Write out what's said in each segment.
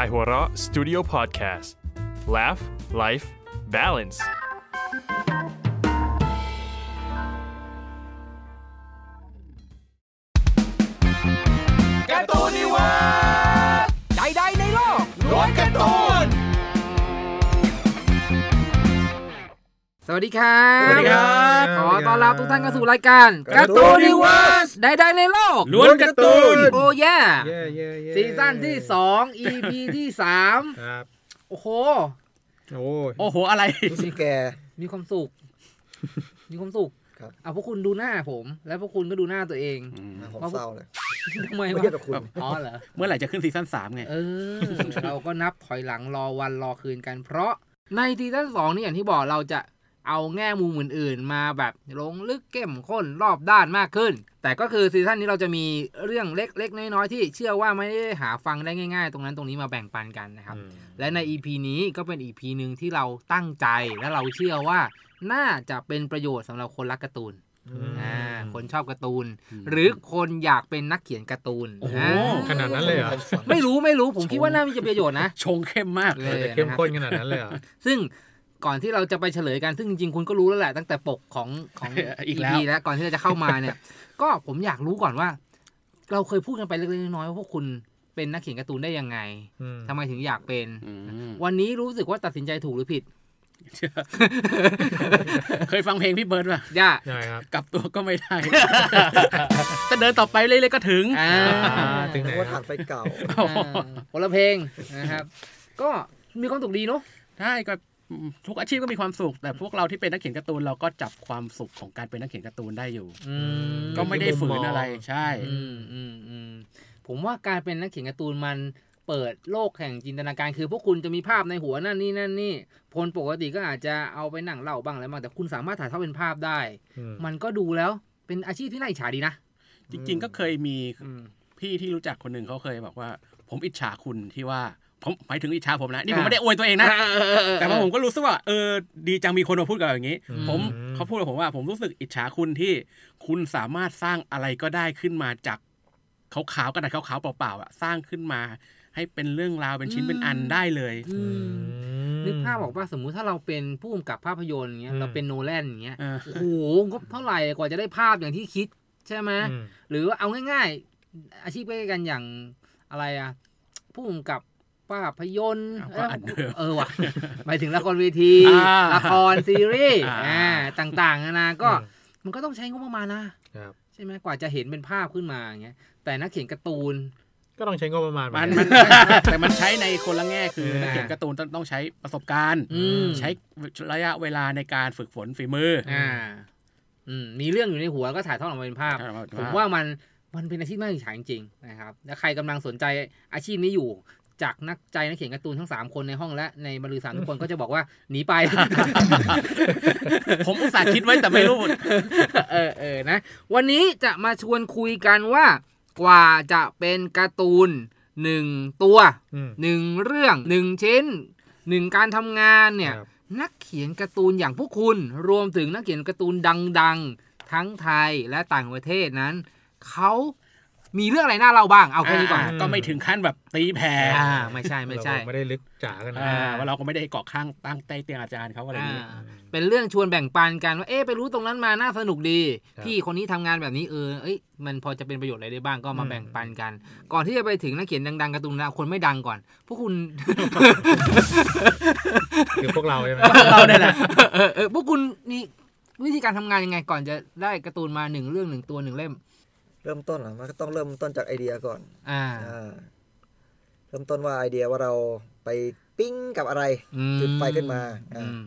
ายหัวเราะ Studio Podcast Laugh Life Balance การ์ตูนนิวาใดๆในโลกร้อนการ์ตูน สวัสดีครับ สวัสดีครับ ขอต้อนรับทุกท่านเข้าสู่รายการการ์ตูนนิวสใดๆในโลก ล้วนการ์ตูน โอ้ย่ เย่เย่เย่ ซีซั่นที่ 2 EP ที่ ครับ 3 โอ้โห โอ้ย โอ้โหอะไร รู้สึกแก มีความสุข มีความสุข ครับ เอาพวกคุณดูหน้าผม แล้วพวกคุณก็ดูหน้าตัวเอง นะผมเศร้าเลย ทำไม ไม่ วะ เทียบกับคุณ อ๋อเหรอ เมื่อไหร่จะขึ้นซีซั่นสามไง เออ เราก็นับถอยหลังรอวันรอคืนกัน เพราะในซีซั่นสองนี่อย่างที่บอกเราจะเอาแง่มุมอื่นๆ มาแบบลงลึกเข้มข้นรอบด้านมากขึ้น แต่ก็คือซีซั่นนี้เราจะมีเรื่องเล็กๆ น้อยๆ ที่เชื่อว่าไม่ได้หาฟังได้ง่ายๆ ตรงนั้นตรงนี้มาแบ่งปันกันนะครับ และใน EP นี้ก็เป็น EP หนึ่งที่เราตั้งใจและเราเชื่อว่าน่าจะเป็นประโยชน์สำหรับคนรักการ์ตูนอ่าคนชอบการ์ตูน หรือคนอยากเป็นนักเขียนการ์ตูน โอ้โห อ่า ขนาดนั้นเลยเหรอ ไม่รู้ไม่รู้ผมคิดว่าน่าจะมีประโยชน์นะ ชงเข้มมาก เอ มัน อ จะเข้ม นะครับ ข้นขนาดนั้นเลยเหรอ ซึ่งก่อนที่เราจะไปเฉลยกันซึ่งจริงๆคุณก็รู้แล้วแหละ ตั้งแต่ปกของของ อีกแล้ว EP แล้วก่อนที่เราจะเข้ามาเนี่ย ก็ผมอยากรู้ก่อนว่า เราเคยพูดกันไปเล็กๆน้อยๆว่าพวกคุณเป็นนักเขียนการ์ตูนได้ยังไง อืม ทำไมถึงอยากเป็น อืม วันนี้รู้สึกว่าตัดสินใจถูกหรือผิด เคยฟังเพลงพี่เบิร์ดป่ะ ย่า ใช่ครับ กลับตัวก็ไม่ได้ แต่เดินต่อไปเรื่อยๆก็ถึง อ่า อ่าถึงไหน ว่า ค ถ่า รับ นไฟเก่า อ่าคนละเพลงนะครับ ก็มีความสุขดีเนาะ ใช่ก็ทุกอาชีพก็มีความสุข แต่พวกเราที่เป็นนักเขียนการ์ตูนเราก็จับความสุขของการเป็นนักเขียนการ์ตูนได้อยู่ อื ก็ไม่ได้ฝืนอะไร ใช่ อืมอืมอืมผมว่าการเป็นนักเขียนการ์ตูนมันเปิดโลกแห่งจินตนาการ คือพวกคุณจะมีภาพในหัวนั่นนี่นั่นนี่คนปกติก็อาจจะเอาไปหนังเล่าบ้างอะไรบ้างแต่คุณสามารถถ่ายทอดเป็นภาพได้ อืม มันก็ดูแล้วเป็นอาชีพที่น่าอิจฉาดีนะ จริง ๆ ก็เคยมี อืม พี่ที่รู้จักคนหนึ่งเขาเคยบอกว่า ผมอิจฉาคุณที่ว่าผมหมายถึงอิจฉาผมนะนี่ผมไม่ได้อวยตัวเองนะ แต่ว่าผมก็รู้สึกว่าเออดีจังมีคนมาพูดกับเราอย่างนี้ อืม ผมเขาพูดกับผมว่าผมรู้สึกอิจฉาคุณที่คุณสามารถสร้างอะไรก็ได้ขึ้นมาจากขาวๆกระดาษขาวๆเปล่าๆอะสร้างขึ้นมา ให้เป็นเรื่องราวเป็นชิ้นเป็นอันได้เลย อื อื ม ม นึกภาพบอกว่าสมมุติถ้าเราเป็นผู้กำกับภาพยนตร์อย่างเงี้ย อืม เราเป็นโนแลนอย่างเงี้ย อ่า โอ้โหงบเท่าไหร่กว่าจะได้ภาพอย่างที่คิดใช่ไหม อืม หรือว่าเอาง่ายๆ อาชีพใกล้กันอย่างอะไรอะผู้กำกับภาพยนตร์ อ้าเอ้ยวก็อันเดิม เออว่ะหมายถึงละครเวที อ่า ละครซีรีส์ อ่า อ่าต่างๆนานาก็มันก็ต้องใช้งบประมาณนะครับ ใช่ไหมกว่าจะเห็นเป็นภาพขึ้นมาอย่างเงี้ยแต่นักเขียนการ์ ตูน ก็ต้องใช้งบประมาณเหอ มัน กั มัน แต่มันใช้ในคนละแง่คือนักเขียนการ์ตูนต้องต้องใช้ประสบการณ์ อืม ใช้ระยะเวลาในการฝึกฝนฝีมืออ อ่าอืมมีเรื่องอยู่ในหัวก็ถ่ายทอดออกมาเป็นภาพ ถ่ายทอดออกมาเป็น ผม ภาพ ว่ามันมันเป็นอาชีพน่าอิจฉาจริงๆนะครับและใครกำลังสนใจอาชีพนี้อยู่ จากนักใจนักเขียนการ์ตูนทั้ง 3 คนในห้องและในบรรลือสามทุกคน ก็จะบอกว่าหนีไป ผมอุตส่าห์คิดไว้แต่ไม่รู้ เออเออนะ วันนี้จะมาชวนคุยกันว่ากว่าจะเป็นการ์ตูนหนึ่งตัว อืม หนึ่งเรื่องหนึ่งชิ้นหนึ่งการทำงานเนี่ย ครับ นักเขียนการ์ตูนอย่างพวกคุณ รวมถึงนักเขียนการ์ตูนดังๆ ทั้งไทยและต่างประเทศนั้น เขามีเรื่องอะไรน่าเล่าบ้าง เอาแค่นี้ก่อน ก็ไม่ถึงขั้นแบบตีแผ่ อ่าไม่ใช่ไม่ใช่ เราไม่ได้ลึกจ๋ากันนะ อ่าว่าเราก็ไม่ได้เกาะข้างตั้งใต้เตียงอาจารย์เขาอะไรอย่างนี้ อ่าเป็นเรื่องชวนแบ่งปันกันว่าเอ๊ะไปรู้ตรงนั้นมาน่าสนุกดี ครับ พี่คนนี้ทำงานแบบนี้เออเอ้ยมันพอจะเป็นประโยชน์อะไรได้บ้างก็มา อืม แบ่งปันกัน ก่อนที่จะไปถึงนักเขียนดังๆการ์ตูนนะคนไม่ดังก่อน พวกคุณ คือพวกเราใช่ไหม เราเนี่ยแหละ เออเออพวกคุณมีวิธีการทำงานยังไงก่อนจะได้การ์ตูนมาหนึ่งเรื่องหนึ่งตัวหนึ่งเล่ม เริ่มต้นเหรอมันก็ต้องเริ่มต้นจากไอเดียก่อน อ่า อ่าเริ่มต้นว่าไอเดียว่าเราไปปิ้งกับอะไร อืม จุดไฟขึ้นมาอ่า อืม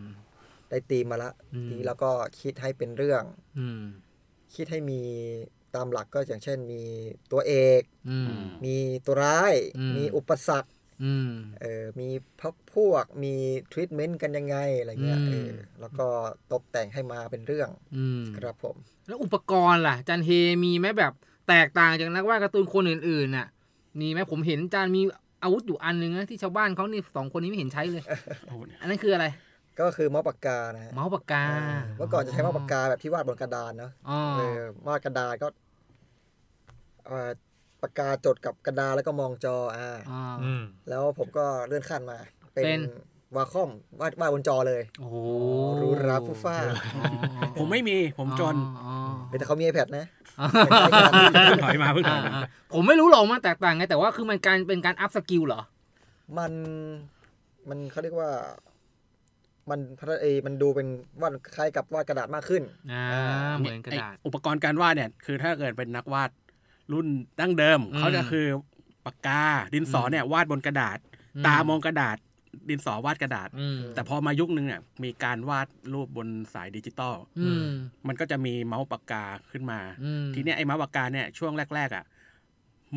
ได้ตีมมาละ อืม ทีนี้เราก็คิดให้เป็นเรื่อง อืม คิดให้มีตามหลักก็อย่างเช่น มีตัวเอก อืม มีตัวร้าย อืม มีอุปสรรค อืม เออมีพักพวกมีทรีทเมนต์กันยังไงอะไรเงี้ย อืม เออแล้วก็ตกแต่งให้มาเป็นเรื่อง อืม ครับผม แล้วอุปกรณ์ล่ะ จันเฮมีไหมแบบแตกต่างจากนักวาดการ์ตูนคนอื่นๆน่ะมีไหมผมเห็นจานมีอาวุธอยู่อันหนึงนะที่ชาวบ้านเขานี่สองคนนี้ไม่เห็นใช้เลย อันนั้นคืออะไร ก็คือเมาส์ปากกานะฮะ เมาส์ปากกา เมื่อก่อนจะใช้วาดปากกาแบบที่วาดบนกระดานเนาะ อ๋อ เออวาดกระดานก็เอ่อ ปากกาจดกับกระดาษแล้วก็มองจออ่า อ่า อืม แล้วผมก็เลื่อนขั้นมา เป็ เป็น นวาคอมวาดวาดบนจอเลย โอ้โห หรูหราฟูฟ้า อ๋อ ผมไม่มีผมจน อ๋อ เฮ้ยแต่เขามี iPad นะ อ๋อ เพิ่งถอยมาเพิ่งถอยมา อ่าๆผมไม่รู้หรอกมันแตกต่างไงแต่ว่าคือมันการเป็นการอัพสกิลเหรอ มันมันเขาเรียกว่า มันพัฒนาเอยมันดูเป็นวาดคล้ายกับวาดกระดาษมากขึ้น อ่าเหมือนกระดาษ ไอ้อุปกรณ์การวาดเนี่ย คือถ้าเกิดเป็นนักวาดรุ่นดั้งเดิม อืม เขาจะคือปากกาดินสอเนี่ยวาดบนกระดาษ อืม ตามองกระดาษ ดินสอวาดกระดาษ อืม แต่พอมายุคนึงเนี่ยมีการวาดรูปบนสายดิจิตอล อืม มันก็จะมีเมาส์ปากกาขึ้นมา อืม ทีเนี้ยไอ้เมาส์ปากกาเนี่ยช่วงแรก ๆ อ่ะ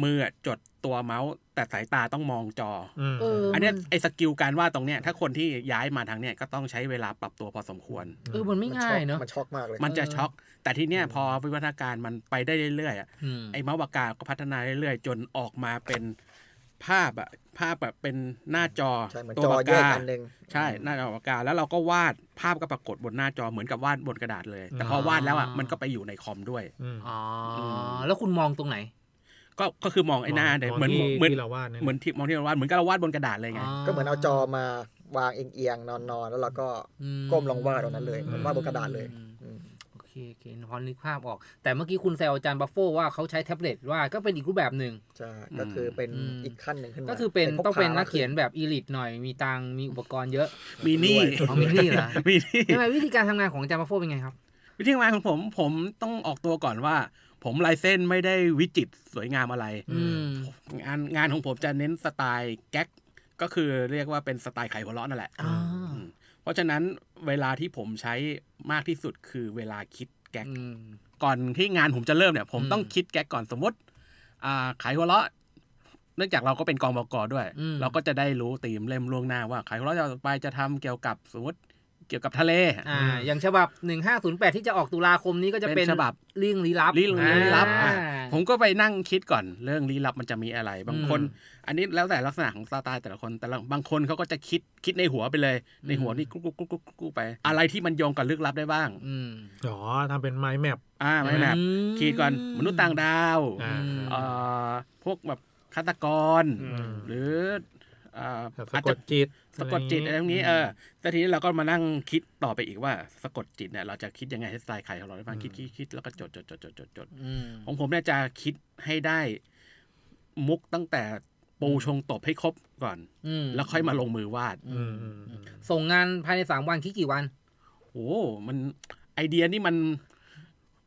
มืออะจดตัวเมาส์ แต่สายตาต้องมองจออ อืม เออ อั อั นเนี้ยไอ้สกิลการวาดตรงเนี้ยถ้าคนที่ย้ายมาทางเนี้ยก็ต้องใช้เวลาปรับตัวพอสมควร เออมันไม่ มัช็ ง่า อย ก เนาะ มันช็อกมากเลย มันจะช็อก แต่ทีเนี้ยพอวิวัฒนาการมันไปได้เรื่อยๆอะ อืม ไอ้เมาส์ปากกาก็พัฒนาเรื่อยๆ จนออกมาเป็นภาพอะภาพแบบเป็นหน้าจอ ใช่เหมือน ตัว จอ ปาก แยก กา อันหนึ่ง ใช่หน้าจอปากกาแล้วเราก็วาดภาพก็ปรากฏบนหน้าจอเหมือนกับวาดบนกระดาษเลย แต่พอวาดแล้วอ่ะ อ่ามั มันก็ไปอยู่ในคอมด้วย อืม อ๋ออ ม แล้วคุณมองตรงไหน ก็ก็คือมองไอ้หน้าเดย มง เหมือน ที่ เหมือน ที่เราวาดนั่น เหมือนที่มองที่เราวาดเหมือนกับเราวาดบนกระดาษเลยไง ก็เหมือนเอาจอมาวางเอียงๆนอนๆแล้วเราก็ อืม ก้มลงวาดตรงนั้นเลยเหมือนวาดบนกระดาษเลยอืม โอเคโอเคพอนึกภาพออก แต่เมื่อกี้คุณแซวอาจารย์บัฟโฟว่าเขาใช้แท็บเล็ตว่าดก็เป็นอีกรูปแบบหนึ่ง ใช่ก็คือเป็น อืม อีกขั้นหนึ่งขึ้นมา ก็คือเป็น พก ต้องเป็น พา นักเขียน ม แบบอีลิตหน่อยมีตังค์มีอุปกรณ์เยอะ มีนี่ อ๋อมีนี่เหรอ มีนี่ ทำไมวิธีการทำงานของอาจารย์บัฟโฟเป็นไงครับ วิธีการของผมผมต้องออกตัวก่อนว่า ผมลายเส้นไม่ได้วิจิตรสวยงามอะไร อืม งานงานของผมจะเน้นสไตล์แก๊กก็คือเรียกว่าเป็นสไตล์ไขหัวเราะนั่นแหละ อ่า อืมเพราะฉะนั้นเวลาที่ผมใช้มากที่สุดคือเวลาคิดแก๊ก อืม ก่อนที่งานผมจะเริ่มเนี่ย ผม อืม ต้องคิดแก๊กก่อนสมมติอ่าขายหัวเราะ เนื่องจากเราก็เป็นกองบกด้วย เราก็จะได้รู้ตีมเล่มล่วงหน้าว่าขายหัวเราะจะไปจะทำเกี่ยวกับสมมติเกี่ยวกับทะเล อ่า อย่างฉบับ 1508 ที่จะออกตุลาคมนี้ก็จะเป็น เป็นฉบับ เรื่องลี้ลับ ลี้ลี้ลับอ่ะ อ่า ผมก็ไปนั่งคิดก่อนเรื่องลี้ลับมันจะมีอะไร บางคน อื อันนี้แล้วแต่ลักษณะของสไตล์แต่ละคน แต่ละบางคนเขาก็จะคิดคิดในหัวไปเลย ในหัวนี่กุ๊กกุ๊กกุ๊กกุ๊กกุ๊กไป อะไรที่มันโยงกับลึกลับได้บ้าง อืม อ๋อทำเป็นไม้แมป อ่าไม่แบบ อืม คิดก่อนมนุษย์ต่างดาว อ่า เอ่อพวกแบบฆาตกร หรือเอ่อ แบบ อา สะ จ ก จะ ดจิต สะกดจิตอะไรพวกนี้เออแต่ทีนี้เราก็มานั่งคิดต่อไปอีกว่าสะกดจิตเนี่ยเราจะคิดยังไงให้สไตล์ไข่ของเราได้บ้างคิดคิดคิดแล้วก็จดจดจดจดจดจด อืม ของผมเนี่ยจะคิดให้ได้มุกตั้งแต่ปูชงตบให้ครบก่อน อืม แล้วค่อยมาลงมือวาด อืมอืมอืม ส่งงานภายใน 3 วันคิดกี่วัน โอ้มันไอเดียนี่มัน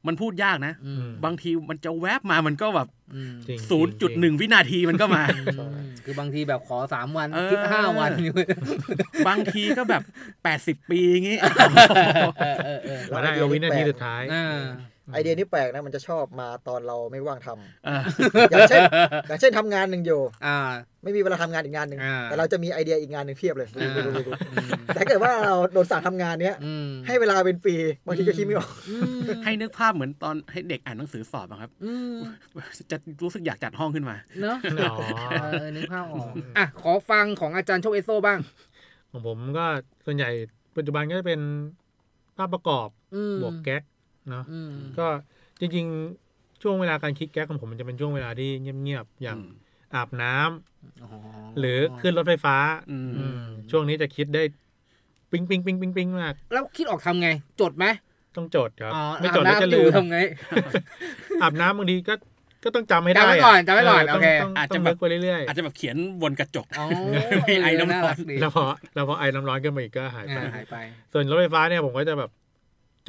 มันพูดยากนะ อืม บางทีมันจะแวบมามันก็แบบ อืม จริง ศูนย์จุดหนึ่งวินาทีมันก็มา อืมคือบางทีแบบขอ 3 วัน เออ คิด 5 วัน บางทีก็แบบแปดสิบ80 ปีอย่างงี้ เออเออ เออ มาได้เอาวินาทีสุดท้าย อ่า ไอเดียนี้แปลกนะมันจะชอบมาตอนเราไม่ว่างทำ เออ อย่างเช่น อย่างเช่นทำงานหนึ่งอยู่ อ่า ไม่มีเวลาทำงานอีกงานหนึ่ง อ่า แต่เราจะมีไอเดียอีกงานหนึ่งเพียบเลย อ่าอืม แต่ถ้าเกิดว่าเราโดนสั่งทำงานเนี้ย อืม ให้เวลาเป็นปีบางทีก็คิดไม่ออก อืม ให้นึกภาพเหมือนตอนให้เด็กอ่านหนังสือสอบอะครับ อืม จะรู้สึกอยากจัดห้องขึ้นมา เนอะ อ๋อ เออนึกภาพออกอ่ะ ขอฟังของอาจารย์โชคเอสโซบ้าง ของผมก็ส่วนใหญ่ปัจจุบันก็จะเป็นภาพประกอบ อืม บวกแก๊กเนาะ อืม ก็จริงๆ ช่วงเวลาการคิดแก๊กของผมมันจะเป็นช่วงเวลาที่เงียบๆอย่าง อืม อาบน้ำหรือขึ้นรถไฟฟ้าอืมช่วงนี้จะคิดได้ปิ๊งปิ๊งปิ๊งปิ๊งปิ๊งมาก แล้วคิดออกทำไไง จดไหม ต้องจดครับ อ๋อ ไม่จดแล้ว อาบ จะ น้ำอ ลื ยู่ ม ทำไง อาบน้ำบางทีก็ก็ต้องจำให้ได้ จำไว้ก่อนจำไว้ก่อน เต้ง โอเค ต้ง อาจ ต้ จะ อง แบบ นึกไปเรื่อย อาจจะแบบเขียนบนกระจก อ๋อ ไม่ไอน้ำร้อน ารักดี ๆแล้วพอแล้วพอไอ้น้ำร้อนขึ้นมาอีกก็หายไป อ่าหายไป ส่วนรถไฟฟ้าเนี่ยผมก็จะแบบ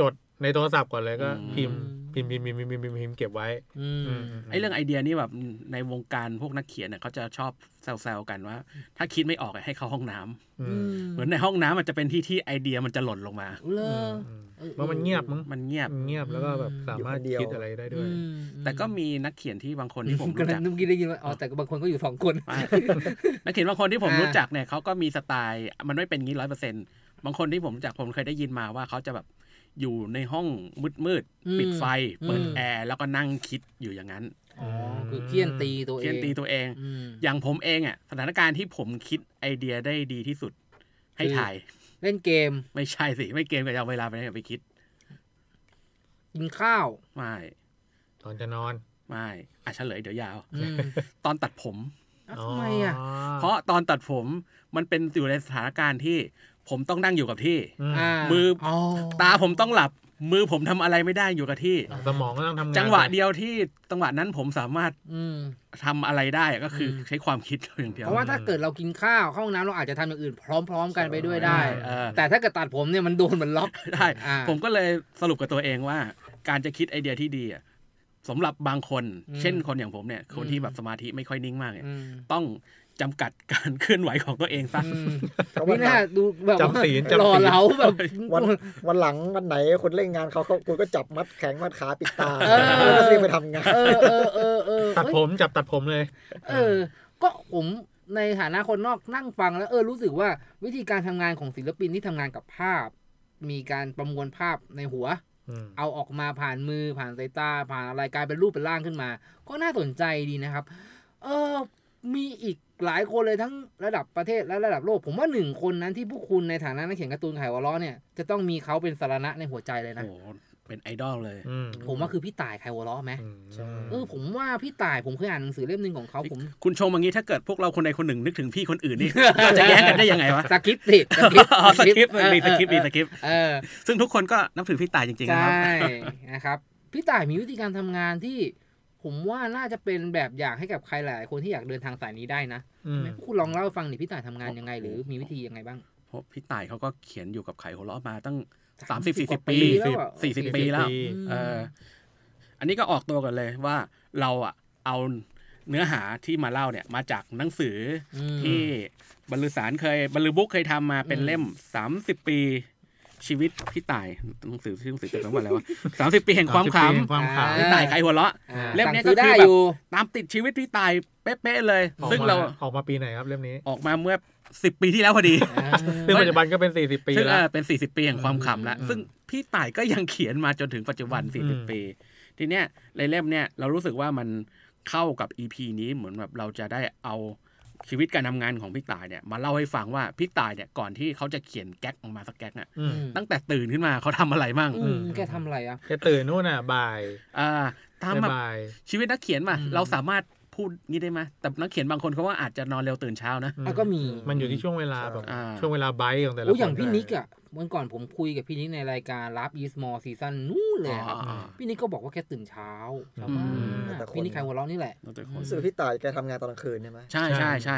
จดในโทรศัพท์ก่อนเลยก็ อืม พิมพ์พิมพ์พิมพ์พิมพ์พิมพ์พิมพ์พิมพ์เก็บไว้ อืม ไอ้เรื่องไอเดียนี่แบบในวงการพวกนักเขียนเนี่ยเขาจะชอบแซวๆกันว่า ถ้าคิดไม่ออกอะให้เข้าห้องน้ำ อืม เหมือนในห้องน้ำมันจะเป็นที่ที่ไอเดียมันจะหล่นลงมา เลอ อืมเพราะมันเงียบมั้ง มันเงียบ เงียบแล้วก็แบบสามารถ อยู่คนเดียว คิดอะไรได้ด้วย อืม แต่ก็มีนักเขียนที่บางคนที่ผมรู้ กำลั จั ง ก นุ่มกี้ได้ยินว่าอ๋อแต่บางคนก็อยู่สองคน ไม่ นักเขียนบางคนที่ผม อ่า รู้จักเนี่ยเขาก็มีสไตล์มันไม่เป็นงี้ร้อยเปอร์เซ็นบางคนที่ผมรู้จักผมเคยได้ยินมาว่าเขาจะแบบอยู่ในห้องมืดมืดๆปิดไฟ เปิดแอร์แล้วก็นั่งคิดอยู่อย่างนั้น อ๋อคือเคี่ยนตีตัวเอง เขียนตีตัวเอง อืม อย่างผมเองอ่ะสถานการณ์ที่ผมคิดไอเดียได้ดีที่สุด ให้ถ่าย เล่นเกม ไม่ใช่สิ ไม่เกมกับเอาเวลาไปไหนไปคิด กินข้าว ไม่ ตอนจะนอน ไม่อ่ะเฉลยเดี๋ยวยาว อืม ตอนตัดผม อ้าวทำไมอ่ะ เพราะตอนตัดผมมันเป็นอยู่ในสถานการณ์ที่ผมต้องนั่งอยู่กับที่ อ่า มือ อ ตาผมต้องหลับมือผมทำอะไรไม่ได้อยู่กับที่ สมองก็ต้องทำงาน จังหวะเดียวที่จังหวะนั้นผมสามารถ อืม ทำอะไรได้ก็คือใช้ความคิดอย่างเดียว เพราะว่าถ้าเกิดเรากินข้าวเข้าห้องน้ำเราอาจจะทำอย่างอื่นพร้อม ๆ กันไปด้วยได้ เออ แต่ถ้าเกิดตัดผมเนี่ยมันโดนมันล็อก ได้ อ่า ผมก็เลยสรุปกับตัวเองว่า การจะคิดไอเดียที่ดีอะสำหรับบางคน อืม เช่นคนอย่างผมเนี่ย คน อื ที่ ม แบบสมาธิไม่ค่อยนิ่งมากเนี่ย อืม ต้องจำกัดการเคลื่อนไหวของตัวเองซะ อืม เขาวั นี่ นห น่า ลัง ดูแบบ จำศีล รอ จำศีล เราแบบ วันวันหลังวันไหนคนเล่นงานเขาเขาคุณก็จับมัดแขนมัดขาปิดตา เอ เออ อ รีบไปทำงาน เออเออเออเออ ตัด เอ้ย ผมจับตัดผมเลย เออ ก็ผมในฐานะคนนอกนั่งฟังแล้วเออรู้สึกว่าวิธีการทำงานของศิลปินที่ทำงานกับภาพ มีการประมวลภาพในหัว อืม เอาออกมาผ่านมือผ่านสายตา ผ่านอะไรกลายเป็นรูปเป็นร่างขึ้นมา ก็น่าสนใจดีนะครับ เออมีอีกหลายคนเลยทั้งระดับประเทศและระดับโลก ผมว่าหนึ่งคนนั้นที่พวกคุณในฐานะนักเขียนการ์ตูนไขวอลล้อเนี่ยจะต้องมีเขาเป็นสารณะในหัวใจเลย โอ้ นะ โหเป็นไอดอลเลย อืม ผมว่าคือพี่ต่ายไขวอลล้อไหม ใช่ เออผมว่าพี่ต่ายผมเคยอ่านหนังสือเล่มหนึ่งของเขาผม คุณชมอย่างนี้ถ้าเกิดพวกเราคนใดคนหนึ่งนึกถึงพี่คนอื่น นี่ เราจะแย้งกันได้ยังไงวะ สคริปต์สิ อ๋อสคริปต์มีสคริปต์มีสคริปต์ เออ ซึ่งทุกคนก็นับถือพี่ตายจริงๆ ใช นะครับ ่นะครับ พี่ต่ายมีวิธีการทำงานที่ ผมว่าน่าจะเป็นแบบอย่างให้กับใครหลายคนที่อยากเดินทางสายนี้ได้นะ อืม คุณลองเล่าให้ฟังหน่อยพี่ต่ายทำงานยังไง หรือมีวิธียังไงบ้าง เพราะพี่ตายเขาก็เขียนอยู่กับไขหัวเราะมาตั้ง 30-40 กว่า ปี แล้วอะ สี่สิบปีแล้ว เอออันนี้ก็ออกตัวกันเลยว่าเราอ่ะเอาเนื้อหาที่มาเล่าเนี่ยมาจากหนังสือ อืม อที่บรรลือสารเคยบรรลือบุ๊กเคยทำมาเป็น อืม เล่ม 30 ปีชีวิตพี่ต่ายหนังสือชื่อหนังสือเกี่ยวกับว่าอะไร วะสามสิบปีแห่งความข 30ปีแห่งความขำ ำพี่ต่ายใครหัวเราะ อ่า เล่มเนี้ยก็ สั่งซื้ คือ ได้ แบบ อยู่ ตามติดชีวิตพี่ต่ายเป๊ะๆเลย ออกม ซึ่งเรา ออกมาปีไหนครับเล่มนี้ ออกมาเมื่อ 10 ปีที่แล้วพอดี ซึ่งปัจจุบันก็เป็น 40 ปี ซึ่ง แล้ เอ่ ว อเป็น 40 ปีแห่งความขำละ อืม ซึ่งพี่ต่ายก็ยังเขียนมาจนถึงปัจจุบัน อืม 40 ปี ทีเนี้ยในเล่มเนี้ยเรารู้สึกว่ามันเข้ากับ EP นี้เหมือนแบบเราจะได้เอาชีวิตการทำงานของพี่ต่ายเนี่ยมาเล่าให้ฟังว่าพี่ต่ายเนี่ยก่อนที่เขาจะเขียนแก๊กออกมาสักแก๊กน่ะ อืม ตั้งแต่ตื่นขึ้นมาเขาทำอะไรบ้าง อืมแกทำอะไรอ่ะ แกตื่นนู่นน่ะบ่าย อ่าทำแบบ บ่าย ชีวิตนักเขียนมา อืม เราสามารถพูดงี้ได้ไหมแต่นักเขียนบางคนเขาว่าอาจจะนอนเร็วตื่นเช้านะ ๆอืม อ่ะก็มี มันอยู่ที่ช่วงเวลาแบบ อ่า ช่วงเวลาไบต์ของแต่ละ โอ้ยอย่าง ค พี่ ด้วย นิกอะวันก่อนผมคุยกับพี่นิกในรายการรับอีสมอลซีซั่นนู้นเลยครับ อ่า พี่นิกก็บอกว่าแกตื่นเช้าเช้าม อืม าก แต่คน พี่นิกใครหัวเราะนี่แหละ แล้วแต่ค รู้ น สึกพี่ต่ายแกทำงานตอนกลางคืนใช่ไหม ใช่ใช่ใช่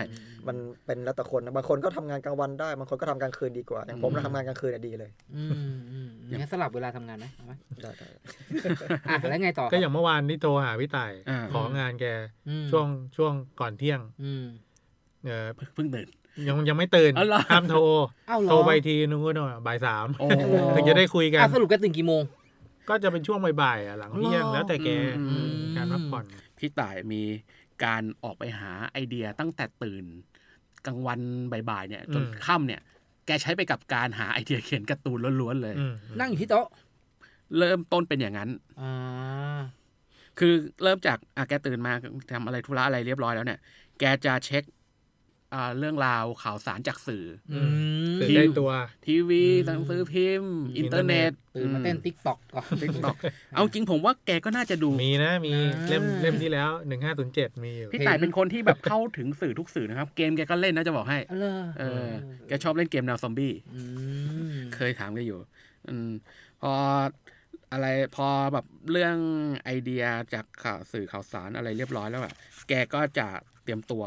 มันเป็นแล้วแต่คนนะบางคนก็ทำงานกลางวันได้บางคนก็ทำกลางคืนดีกว่าอย่างผมนะทำงานกลางคืนอะดีเลย อืมอืมอืมงั้นสลับเวลาทำงานไหมเอาไหม ได้ได้ อ่ะแล้วไงต่อครับ ก็อย่างเมื่อวานที่โทรหาพี่ต่าย อ่า ของานแก อืม ช่วงช่วงก่อนเที่ยง อืม เออ เพิ่งตื่น ยังยังไม่ตื่น อ๋อเหรอ ห้ามโทร อ้าวเหรอ โทรไปทีนึงก็หน่อยบ่ายสาม โอ้ ห ถึงจะได้คุยกัน อ่ะสรุปแกตื่นกี่โมง ก็จะเป็นช่วงบ่ายๆอ่ะหลังเที่ยง อ๋อ แล้วแต่แก อืม การพักผ่อน พี่ต่ายมีการออกไปหาไอเดียตั้งแต่ตื่นกลางวันบ่ายๆเนี่ยจน อืม ค่ำเนี่ย แกใช้ไปกับการหาไอเดียเขียนการ์ตูนล้วนๆเลย อืม นั่งอยู่ที่โต๊ะ เริ่มต้นเป็นอย่างนั้น อ่า คือเริ่มจากอ่ะแกตื่นมาทำอะไรธุระอะไรเรียบร้อยแล้วเนี่ย แกจะเช็คอ่าเรื่องราวข่าวสารจากสื่อ อืม ตื่น ที่ ได้ตัว ทีวีหนังสือพิมพ์ อินเทอร์เน็ต ตื่นมาเต้นติ๊กตอกก่อน ติ๊กตอกเอาจริงผมว่าแกก็น่าจะดู มีนะมี อ่า เล่มเล่มที่แล้วหนึ่งห้าศูนย์เจ็ดมีอยู่ พี่ต่ายเป็นคนที่แบบเข้าถึงสื่อทุกสื่อนะครับ เกมแกก็เล่นนะจะบอกให้ เอาเลย เออ แกชอบเล่นเกมแนวซอมบี้ อืม เคยถามกันอยู่ อืม พออะไรพอแบบเรื่องไอเดียจากข่าวสื่อข่าวสารอะไรเรียบร้อยแล้วอะแกก็จะเตรียมตัว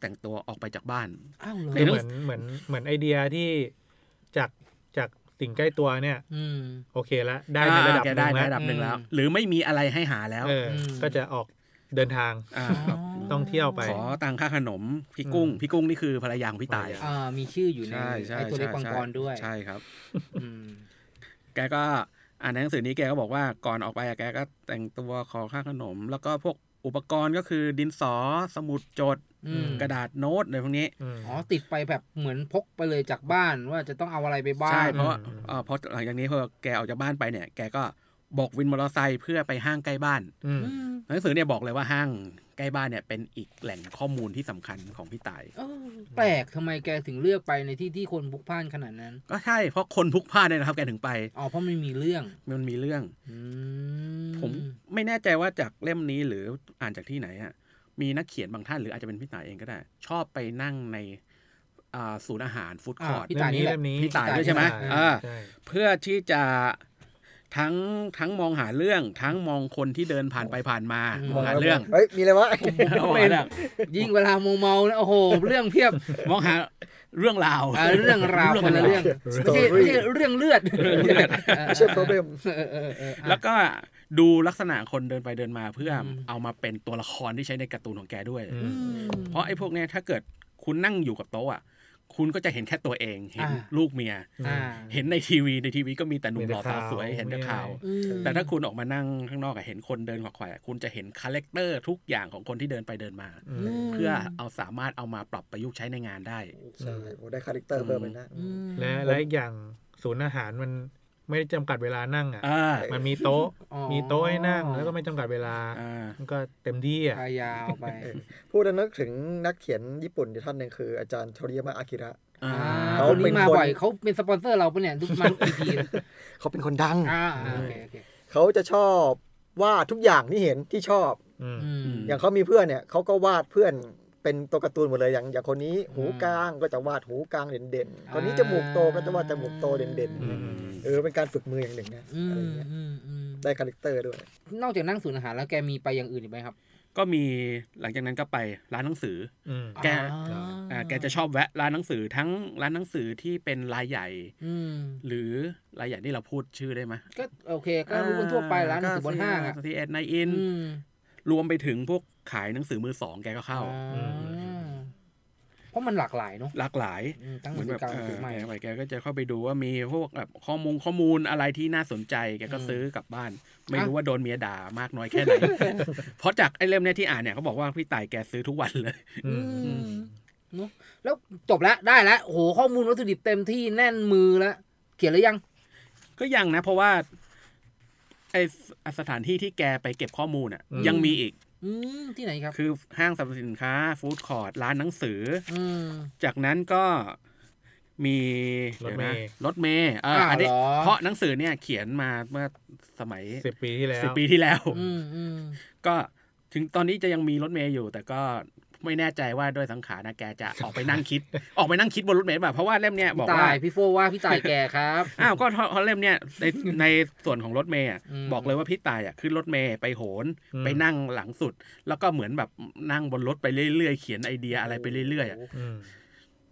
แต่งตัวออกไปจากบ้าน อ้าวเหร ใน คือ หงเหอ มือนเหมือนเหมือนไอเดียที่จากจากสิ่งใกล้ตัวเนี่ย อืม โอเคละได้ในระดับห แก นึ่ง ได้ในระ ละ ดับหนึ่งแล้ว อืม หรือไม่มีอะไรให้หาแล้ว เอออ ม ก็จะออกเดินทาง ่า อ๋อ ต้องเที่ยวไป ขอตังค่าขนมพี่กุ้ง พี่กุ้งนี่คือภรรยาของพี่ตาย ภรรย อ่ามีชื่ออยู่ใน ใช่ใช่ ไอ้ตัวเล็กวังกรด้วย ใช่ครับ อืม แกก็อ่านในหนังสือนี้แกก็บอกว่าก่อนออกไปอะแกก็แต่งตัวขอค่าขนม แล้วก็พวกอุปกรณ์ก็คือดินสอสมุดจด อืม กระดาษโน้ตอะไรพวกนี้ อืม อ๋อติดไปแบบเหมือนพกไปเลยจากบ้านว่าจะต้องเอาอะไรไปบ้า ใช่ น เพราะว่า อืม เอ่อพอหลังจากนี้พอแกออกจากบ้านไปเนี่ย แกก็บอกวินมอเตอร์ไซค์เพื่อไปห้างใกล้บ้าน อืม หนังสือเนี่ยบอกเลยว่าห้างใ ใกล้บ้านเนี่ยเป็นอีกแหล่งข้อมูลที่สำคัญของพี่ตาย แปลกทำไมแกถึงเลือกไปในที่ที่คนพลุกพล่านขนาดนั้น ก็ใช่เพราะคนพลุกพล่านเนี่ยนะครับ แกถึงไป อ๋อเพราะมันมีเรื่อง มันมีเรื่อง อื ผมไม่แน่ใจว่าจากเล่มนี้หรืออ่านจากที่ไหนอะมีนักเขียนบางท่านหรืออาจจะเป็นพี่ตายเองก็ได้ ชอบไปนั่งในอ่าศูนย์อาหารฟู้ดค อ่า อร์ท พี่ตายนี่แหละ เล่มนี้ พี่ตายด้วยใช่ไหม พี่ตาย อ่า ใช่ เพื่อที่จะทั้งทั้งมองหาเรื่อง ทั้งมองคนที่เดินผ่านไปผ่านมา มองหาเรื่อง เฮ้ย มีอะไรวะ มองหาเรื่อง ยิ่งเวลาเมาๆแล้วโอ้โห เรื่องเพียบ มองหาเรื่องราว อ่าเรื่องราวคนละเรื่องไม่ใช่ Story ไม่ใช่เรื่องเลือด ไม่ใช่ problem เออเออเอออ่ะ แล้วก็ดูลักษณะคนเดินไปเดินมาเพื่ออ ม เอามาเป็นตัวละครที่ใช้ในการ์ตูนของแกด้วย อืม เพราะไอ้พวกเนี้ยถ้าเกิดคุณนั่งอยู่กับโต๊ะอะคุณก็จะเห็นแค่ตัวเอง เห็น อ่า ลูกเมีย อ่า เห็นในทีวีในทีวีก็มีแต่หนุ่ม มี ห แต่ ล่อสาวสวย ข่าว เห็นแต่ มี ข่าว อะไร อืม แต่ถ้าคุณออกมานั่งข้างนอกอะเห็นคนเดินขวักไขวอะคุณจะเห็นคาแรคเตอร์ทุกอย่างของคนที่เดินไปเดินมา เพื่อเอาสามารถเอามาปรับประยุกต์ใช้ในงานได้ ใช่ผมได้คาแรคเตอร์เพิ่มเลยนะ อืม และและอีกอย่างศูนย์อาหารมันไม่ได้จำกัดเวลานั่งอ่ะ อ่า มันมีโต๊ะ อ๋อ มีโต๊ะให้นั่ง แล้วก็ไม่จำกัดเวลา อ่า มันก็เต็มที่อ่ะ พายาวไป พูดแล้วนึกถึงนักเขียนญี่ปุ่นท่านหนึ่งคืออาจารย์โทริยามะอากิระ อ่า อ่า เขา คน เป็ นี้ น มา คน บ่อยเขาเป็นสปอนเซอร์เราปะเนี่ยทุกมาทุก EP เลย เขาเป็นคนดัง อ่าอ่าโอเคโอเค เขาจะชอบวาดทุกอย่างที่เห็นที่ชอบ อืม อืม อย่างเขามีเพื่อนเนี่ยเขาก็วาดเพื่อนเป็นตัวการ์ตูนหมดเลยอย่างอย่างคนนี้หูกลางก็จะวาดหูกลางเด่นๆคนนี้จมูกโตก็จะวาดจมูกโตเด่น อืม ๆเออเป็นการฝึกมืออย่างหนึ่งนะ อื อะไร ม เงี้ย อืมอืม ได้คาแรคเตอร์ด้วย นอกจากนั่งศูนย์อาหารแล้วแกมีไปอย่างอื่นอีกไหมครับ ก็มีหลังจากนั้นก็ไปร้านหนังสือ อืม แก อ่า อ่าแกจะชอบแวะร้านหนังสือทั้งร้านหนังสือที่เป็นรายใหญ่ อืม หรือรายใหญ่ที่เราพูดชื่อได้ไหม ก็โอเค ก็รู้กันทั่วไปร้านหนังสือบนห้างอ่ะ ที่เอ็ดไนอิน อืม รวมไปถึงพวกขายหนังสือมือสองแกก็เข้า อ่าเพราะมันหลากหลายเนาะ หลากหลาย อืมทั้งห เห นั มื ง อน สือบแบเก่าห เอ นัง อ สือใหม่ แกไปแกก็จะเข้าไปดูว่ามีพวกแบบข้อมูลข้อมูลอะไรที่น่าสนใจแกก็ อืม ซื้อกลับบ้าน ไม่ อ่ะ รู้ว่าโดนเมียด่ามากน้อยแค่ ไหน เพราะจากไอ้เล่มเนี้ยที่อ่านเนี่ยเขาบอกว่าพี่ต่ายแกซื้อทุกวันเลย อืม อืมเนอะแล้วจบแล้วได้แล้วโอ้โหข้อมูลวัตถุดิบเต็มที่แน่นมือแล้วเขียนหรือยัง ก็ยังนะ เพราะว่าไอ้สถานที่ที่แกไปเก็บข้อมูลอ่ะ อืม ยังมีอีก อืมที่ไหนครับ คือห้างสรรพสินค้าฟู้ดคอร์ทร้านหนังสือ อืม จากนั้นก็มี รดี๋ถยว เมล์ นะรถเมล์เอออ าว อันนี้ เหรอ เพราะหนังสือเนี่ยเขียนมาเมื่อสมัย สิบปีที่แล้ว สิบปีที่แล้ว อืมอืม ก็ถึงตอนนี้จะยังมีรถเมย์อยู่ แต่ก็ไม่แน่ใจว่าด้วยสังขารนะแกจะออกไปนั่งคิด ออกไปนั่งคิดบนรถเมย์แบบเพราะว่าเล่มเนี้ยบอก ตา ว่าย พี่โฟว่าพี่ตายแก่ครับ อ้าวก็เพราะเล่มเนี้ยในในส่วนของรถเมย์อะ อืม บอกเลยว่าพี่ตายอ่ะขึ้นรถเมย์ไปโหน ไปนั่งหลังสุด แล้วก็เหมือนแบบนั่งบนรถไปเรื่อยๆเขียนไอเดียอะไรไปเรื่อยๆอะ อืม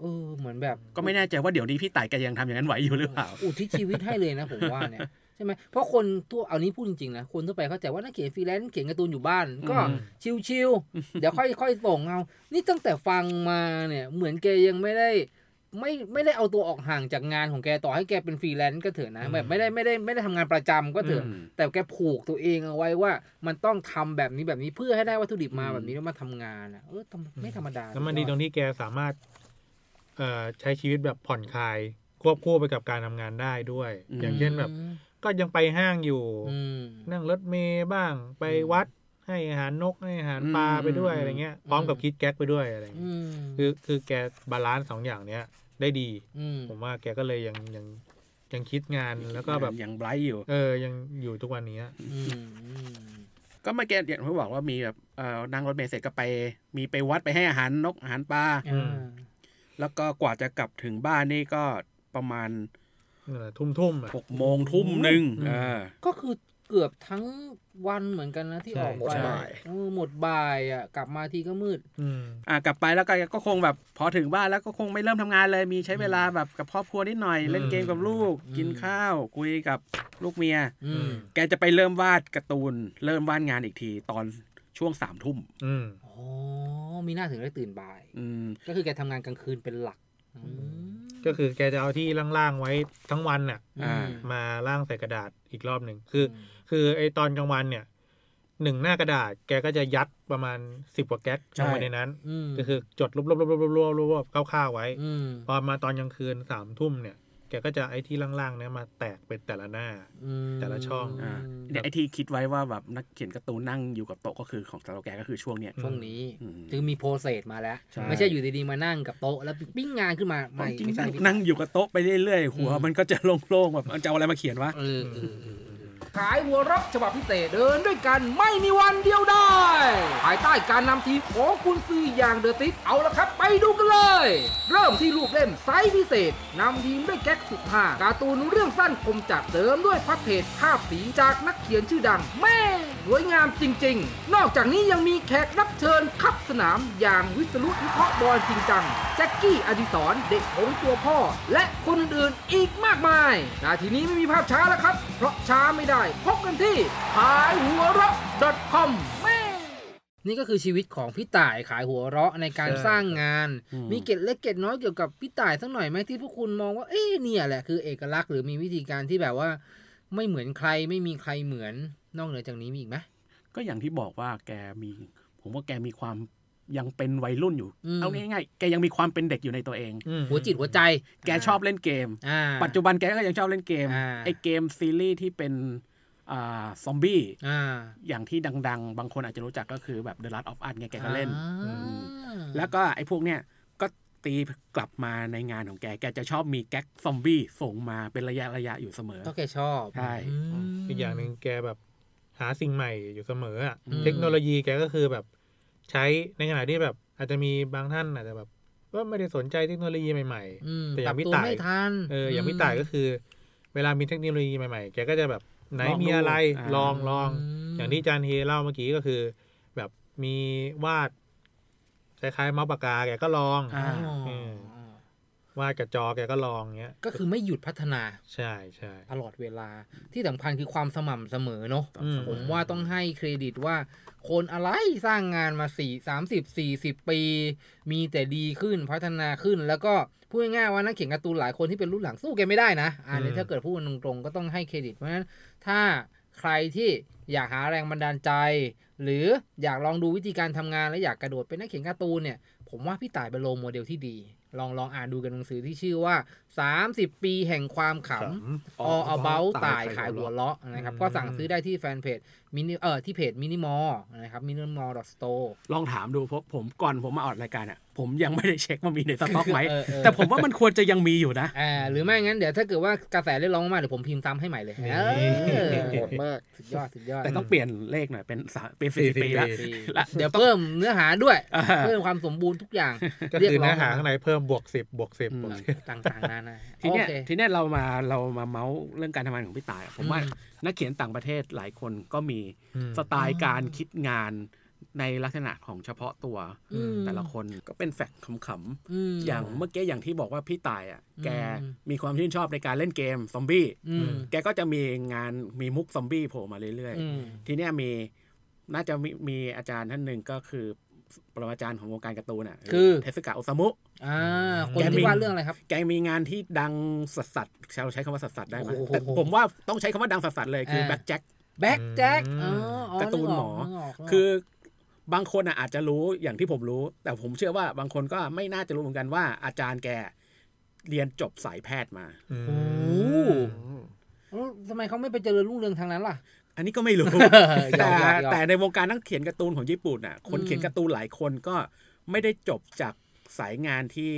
เออเหมือนแบบ ก็ไม่แน่ใจว่าเดี๋ยวนี้พี่ตายแกยังทำอย่างนั้นไหวอยู่หรือเปล่า อุทิศชีวิตให้เลยนะผมว่าเนี่ย ใช่ไหมเพราะคนทั่วเอานี้พูดจริงๆนะคนทั่วไปเข้าใจว่านักเขียนฟรีแลนซ์เขียนการ์ตูนอยู่บ้าน ก็ อืม ชิวๆเดี๋ ยวค่อยๆส่งเอา นี่ตั้งแต่ฟังมาเนี่ย เหมือนแกยังไม่ได้ ไม่ไม่ได้เอาตัวออกห่างจากงานของแกต่อให้แกเป็นฟรีแลนซ์ก็เถอะนะแบบไม่ได้ไม่ได้ไม่ได้ทำงานประจำก็เถอะ อืม แต่แกผูกตัวเองเอาไว้ว่า มันต้องทำแบบนี้แบบนี้เพื่อให้ได้วัตถุดิบมาแบบนี้แล้วมาทำงานอ่ะเออทำไม่ธรรมดา แล้วมันดีตรงที่แกสามารถเอ่อใช้ชีวิตแบบผ่อนคลาย ควบคู่ไปกับการทำงานได้ด้วย อืม อย่างเช่นแบบ ก็ยังไปห้างอยู่ อืม นั่งรถเมย์บ้างไปวัด ให้อาหารนกให้อาหารปลา อืม ไปด้วยอะไรเงี้ยพร้อมกับคิดแก๊กไปด้วยอะไร อื เงี้ย ม คือคือแกบาลานซ์สองอย่างเนี้ย ได้ดี อืม ผมว่าแกก็เลยยังยังยังคิดงานแล้วก็แบบ ยังไบรท์อยู่ เออยังอยู่ทุกวันนี้อะ อืมอืม ก็เมื่อกี้อย่างที่บอกว่ามีแบบเอ่อนั่งรถเมล์เสร็จก็ไป มีไปวัดไปให้อาหารนกอาหารปลา อ่า แล้วก็กว่าจะกลับถึงบ้านนี่ก็ประมาณ นั่นแหละทุ่มๆอ่ะ หกโมงทุ่มหนึ่งเออ ก็คือเกือบทั้งวันเหมือนกันนะที่ ใช่ ออก หมด ไป บ่าย เออหมดบ่ายอ่ะกลับมาทีก็มืด อืม อ่ะกลับไปแล้วก็ก็คงแบบพอถึงบ้านแล้วก็คงไม่เริ่มทำงานเลย มีใช้เวลาแบบกับครอบครัวนิดหน่อย อืม เล่นเกมกับลูก อืม กินข้าว คุยกับลูกเมีย อืม แกจะไปเริ่มวาดการ์ตูน เริ่มวาดงานอีกทีตอนช่วงสามทุ่ม อืม อ๋อมีหน้าถึงได้ตื่นบ่าย อืม ก็คือแกทำงานกลางคืนเป็นหลักอืม ก็คือแกจะเอาที่ล่างๆไว้ทั้งวันน่ะ อ่า ม มาล่างใส่กระดาษอีกรอบหนึ่งคืออคือไอตอนกลางวันเนี่ยหนึ่งหน้ากระดาษแกก็จะยัดประมาณสิบกว่าแก๊ก ใช่ ลงไปในนั้น อืม ก็คือจดรวบๆๆๆๆๆๆๆคร่าวๆไว้ ม พอมาตอนกลางคืนสามทุ่มเนี่ย แกก็จะไอ้ที่ล่างๆเนี่ยมาแตกเป็นแต่ละหน้า แต่ละช่อง อ่าเนี่ยไอที่คิดไว้ว่าแบบนักเขียนการ์ตูนนั่งอยู่กับโต๊ะก็คือของสโลแกนก็คือช่วงเนี้ย ช่วงนี้ อืม ถึงมีโปรเซสมาแล้ว ใช่ ไม่ใช่อยู่ดีๆมานั่งกับโต๊ะแล้วปิ้งงานขึ้นมาไม่ จริง ไม่ ๆ ใช่ นั่งอยู่กับโต๊ะไปเรื่อยๆ หัว อืม มันก็จะโล่งๆแบบจะเอาอะไรมาเขียนวะ เออเออเออเออขายหัวเรักฉบับพิเศษเดินด้วยกันไม่มีวันเดียวได้ ภายใต้การนำทีมของคุณซืออย่างเดอะติสเอาละครับไปดูกันเลย เริ่มที่รูปเล่มไซส์พิเศษนำทีมด้วยแก๊กสุดหาการ์ตูนเรื่องสั้นคมจัดเสริมด้วยพัฒเพจภาพสีจากนักเขียนชื่อดัง แม่สวยงามจริง ๆ นอกจากนี้ยังมีแขกรับเชิญขับสนามอย่างวิศรุวิเคราะห์บอลจริงจัง แจ็คกี้อดิสรเด็กโงตัวพ่อ และคนอื่นๆอีกมากมาย นาทีนี้ไม่มีภาพช้าแล้วครับ เพราะช้าไม่ได้ พบกันที่ขายหัวเราะ .com แม่นี่ก็คือชีวิตของพี่ต่ายขายหัวเราะในการ ใช่ สร้างงาน อืม มีเกร็ดเล็กเกร็ดน้อยเกี่ยวกับพี่ต่ายสักหน่อยไหมที่พวกคุณมองว่าเอ๊ะเนี่ยแหละคือเอกลักษณ์หรือมีวิธีการที่แบบว่า ไม่เหมือนใครไม่มีใครเหมือน นอกเหนือจากนี้มีอีกไหม ก็อย่างที่บอกว่าแกมี ผมว่าแกมีความยังเป็นวัยรุ่นอยู่ อืม เอาง่ายๆ แกยังมีความเป็นเด็กอยู่ในตัวเอง อืม หัวจิตหัวใจ แกชอบเล่นเกม อ่า ปัจจุบันแกก็ยังชอบเล่นเกม อ่า ไอเกมซีรีส์ที่เป็นอ่าซอมบี้ อ่า อย่างที่ดังๆ บางคนอาจจะรู้จักก็คือแบบ The Last of Us ไงแกก็เล่น อ่า แล้วก็ไอ้พวกเนี้ยก็ตีกลับมาในงานของแก แกจะชอบมีแก๊กซอมบี้ส่งมาเป็นระยะระยะอยู่เสมอ ก็แกชอบ ใช่ ม อีกอย่างหนึ่งแกแบบหาสิ่งใหม่อยู่เสมออะ อืม เทคโนโลยีแกก็คือแบบใช้ในขณะที่แบบ อาจจะมีบางท่านอาจจะแบบว่าไม่ได้สนใจเทคโนโลยีใหม่ อืม แต่ปอรั ย่า บ งพี่ ตัว ต่าย ไม่ทัน ๆเอออย่างพี่ต่ายก็คือ เวลามีเทคโนโลยีใหม่ๆ แกก็จะแบบไหน ลองดู มีอะไร อ่า ลองลอง ม อย่างที่อาจานเฮเล่าเมื่อกี้ก็คือ แบบมีวาดคล้ายๆเมาส์ปากกาแกก็ลอง อ่า อ๋อ เออ วาดกับจอแกก็ลองเงี้ย ก็คือไม่หยุดพัฒนา ใช่ใช่ ตลอดเวลาที่สำคัญคือความสม่ำเสมอเนอะ อืม ผมว่าต้องให้เครดิตว่า คนอะไรสร้างงานมาสี่สามสิบสี่สิบปี มีแต่ดีขึ้นพัฒนาขึ้น แล้วก็พูดง่ายๆว่านักเขียนการ์ตูนหลายคนที่เป็นรุ่นหลังสู้แกไม่ได้นะอันนี้ถ้าเกิดพูดกันตรงๆก็ต้องให้เครดิตเพราะฉะนั้น ถ้าใครที่อยากหาแรงบันดาลใจ หรืออยากลองดูวิธีการทำงานและอยากกระโดดเป็นนักเขียนการ์ตูนเนี่ย ผมว่าพี่ต่ายเป็นโรลโมเดลที่ดี ลองลองอ่านดูกันหนังสือที่ชื่อว่า 30 ปีแห่งความขำ All About ต่ายขายหัวเลาะนะครับ ก็สั่งซื้อได้ที่แฟนเพจมินิเออที่เพจมินิมอลนะครับมินิมอลดอทสโต ลองถามดูเพราะผมก่อนผมมาออกรายการอ่ะ ผมยังไม่ได้เช็คว่ามีในสต็อกไหม เออเออ แต่ผมว่ามันควรจะยังมีอยู่นะ อ่าหรือไม่งั้นเดี๋ยวถ้าเกิดว่ากระแสเรียกร้องมากเดี๋ยวผมพิมพ์ซ้ำให้ใหม่เลยเออ โหดมาก สุดยอดสุดยอด แต่ต้องเปลี่ยนเลขหน่อยเป็นสามเป็นสี่ปีละละ เดี๋ยวเพิ่มเนื้อหาด้วย เออ เพิ่มความสมบูรณ์ทุกอย่าง ก็ เรียก คือ ร้ เนื้ อ อง หาข้างในเพิ่มบวกสิบบวกสิบ อืม บวกสิบ ต่างๆนานา ทีเนี้ย โอค ทีเนี้ยเรามาเรามาเมาส์เรื่องการทำงานของพี่ต่ายอะผมว่า อืม นักเขียนต่างประเทศหลายคนก็มี อืม สไตล์การคิดงานในลักษณะของเฉพาะตัว อืม แต่ละคนก็เป็นแฟกต์ขำ ม ๆอย่างเมื่อกี้อย่างที่บอกว่าพี่ต่ายอ่ะแก อืม มีความชื่นชอบในการเล่นเกมซอมบี้ อืม แกก็จะมีงานมีมุกซอมบี้โผล่มาเรื่อย อืม ๆ ทีเนี้ยมีน่าจะมีมีอาจารย์ท่านหนึ่งก็คือปรมาจารย์ของวงการการ์ตูนอ่ะ คือ เทสึกะโอซามุ อ่าคน แกมี ที่วาดเรื่องอะไรครับ แกมีงานที่ดังสัสสัสๆเราใช้คำว่าสัสสัสๆได้ไหม โอ้โห แต่ผมว่าต้องใช้คำว่าดังสัสสัสๆเลยคือ เออ แบ็คแจ็ค แบ็กแจ็ค อืม อ๋ออ๋อ การ์ตูนหมอ กกนึกก คือบางคนน่ะอาจจะรู้อย่างที่ผมรู้ แต่ผมเชื่อว่าบางคนก็ไม่น่าจะรู้เหมือนกันว่า อาจารย์แกเรียนจบสายแพทย์มา อืม โอ้โหแล้วทำไมเขาไม่ไปเจริญรุ่งเรืองทางนั้นล่ะ อันนี้ก็ ไม่รู้ ยอมยแต่อมยอม แต่ในวงการนักเขียนการ์ตูนของญี่ปุ่นน่ะ คนเขียนการ์ตูนหลายคนก็ไม่ได้จบจากสายงานที่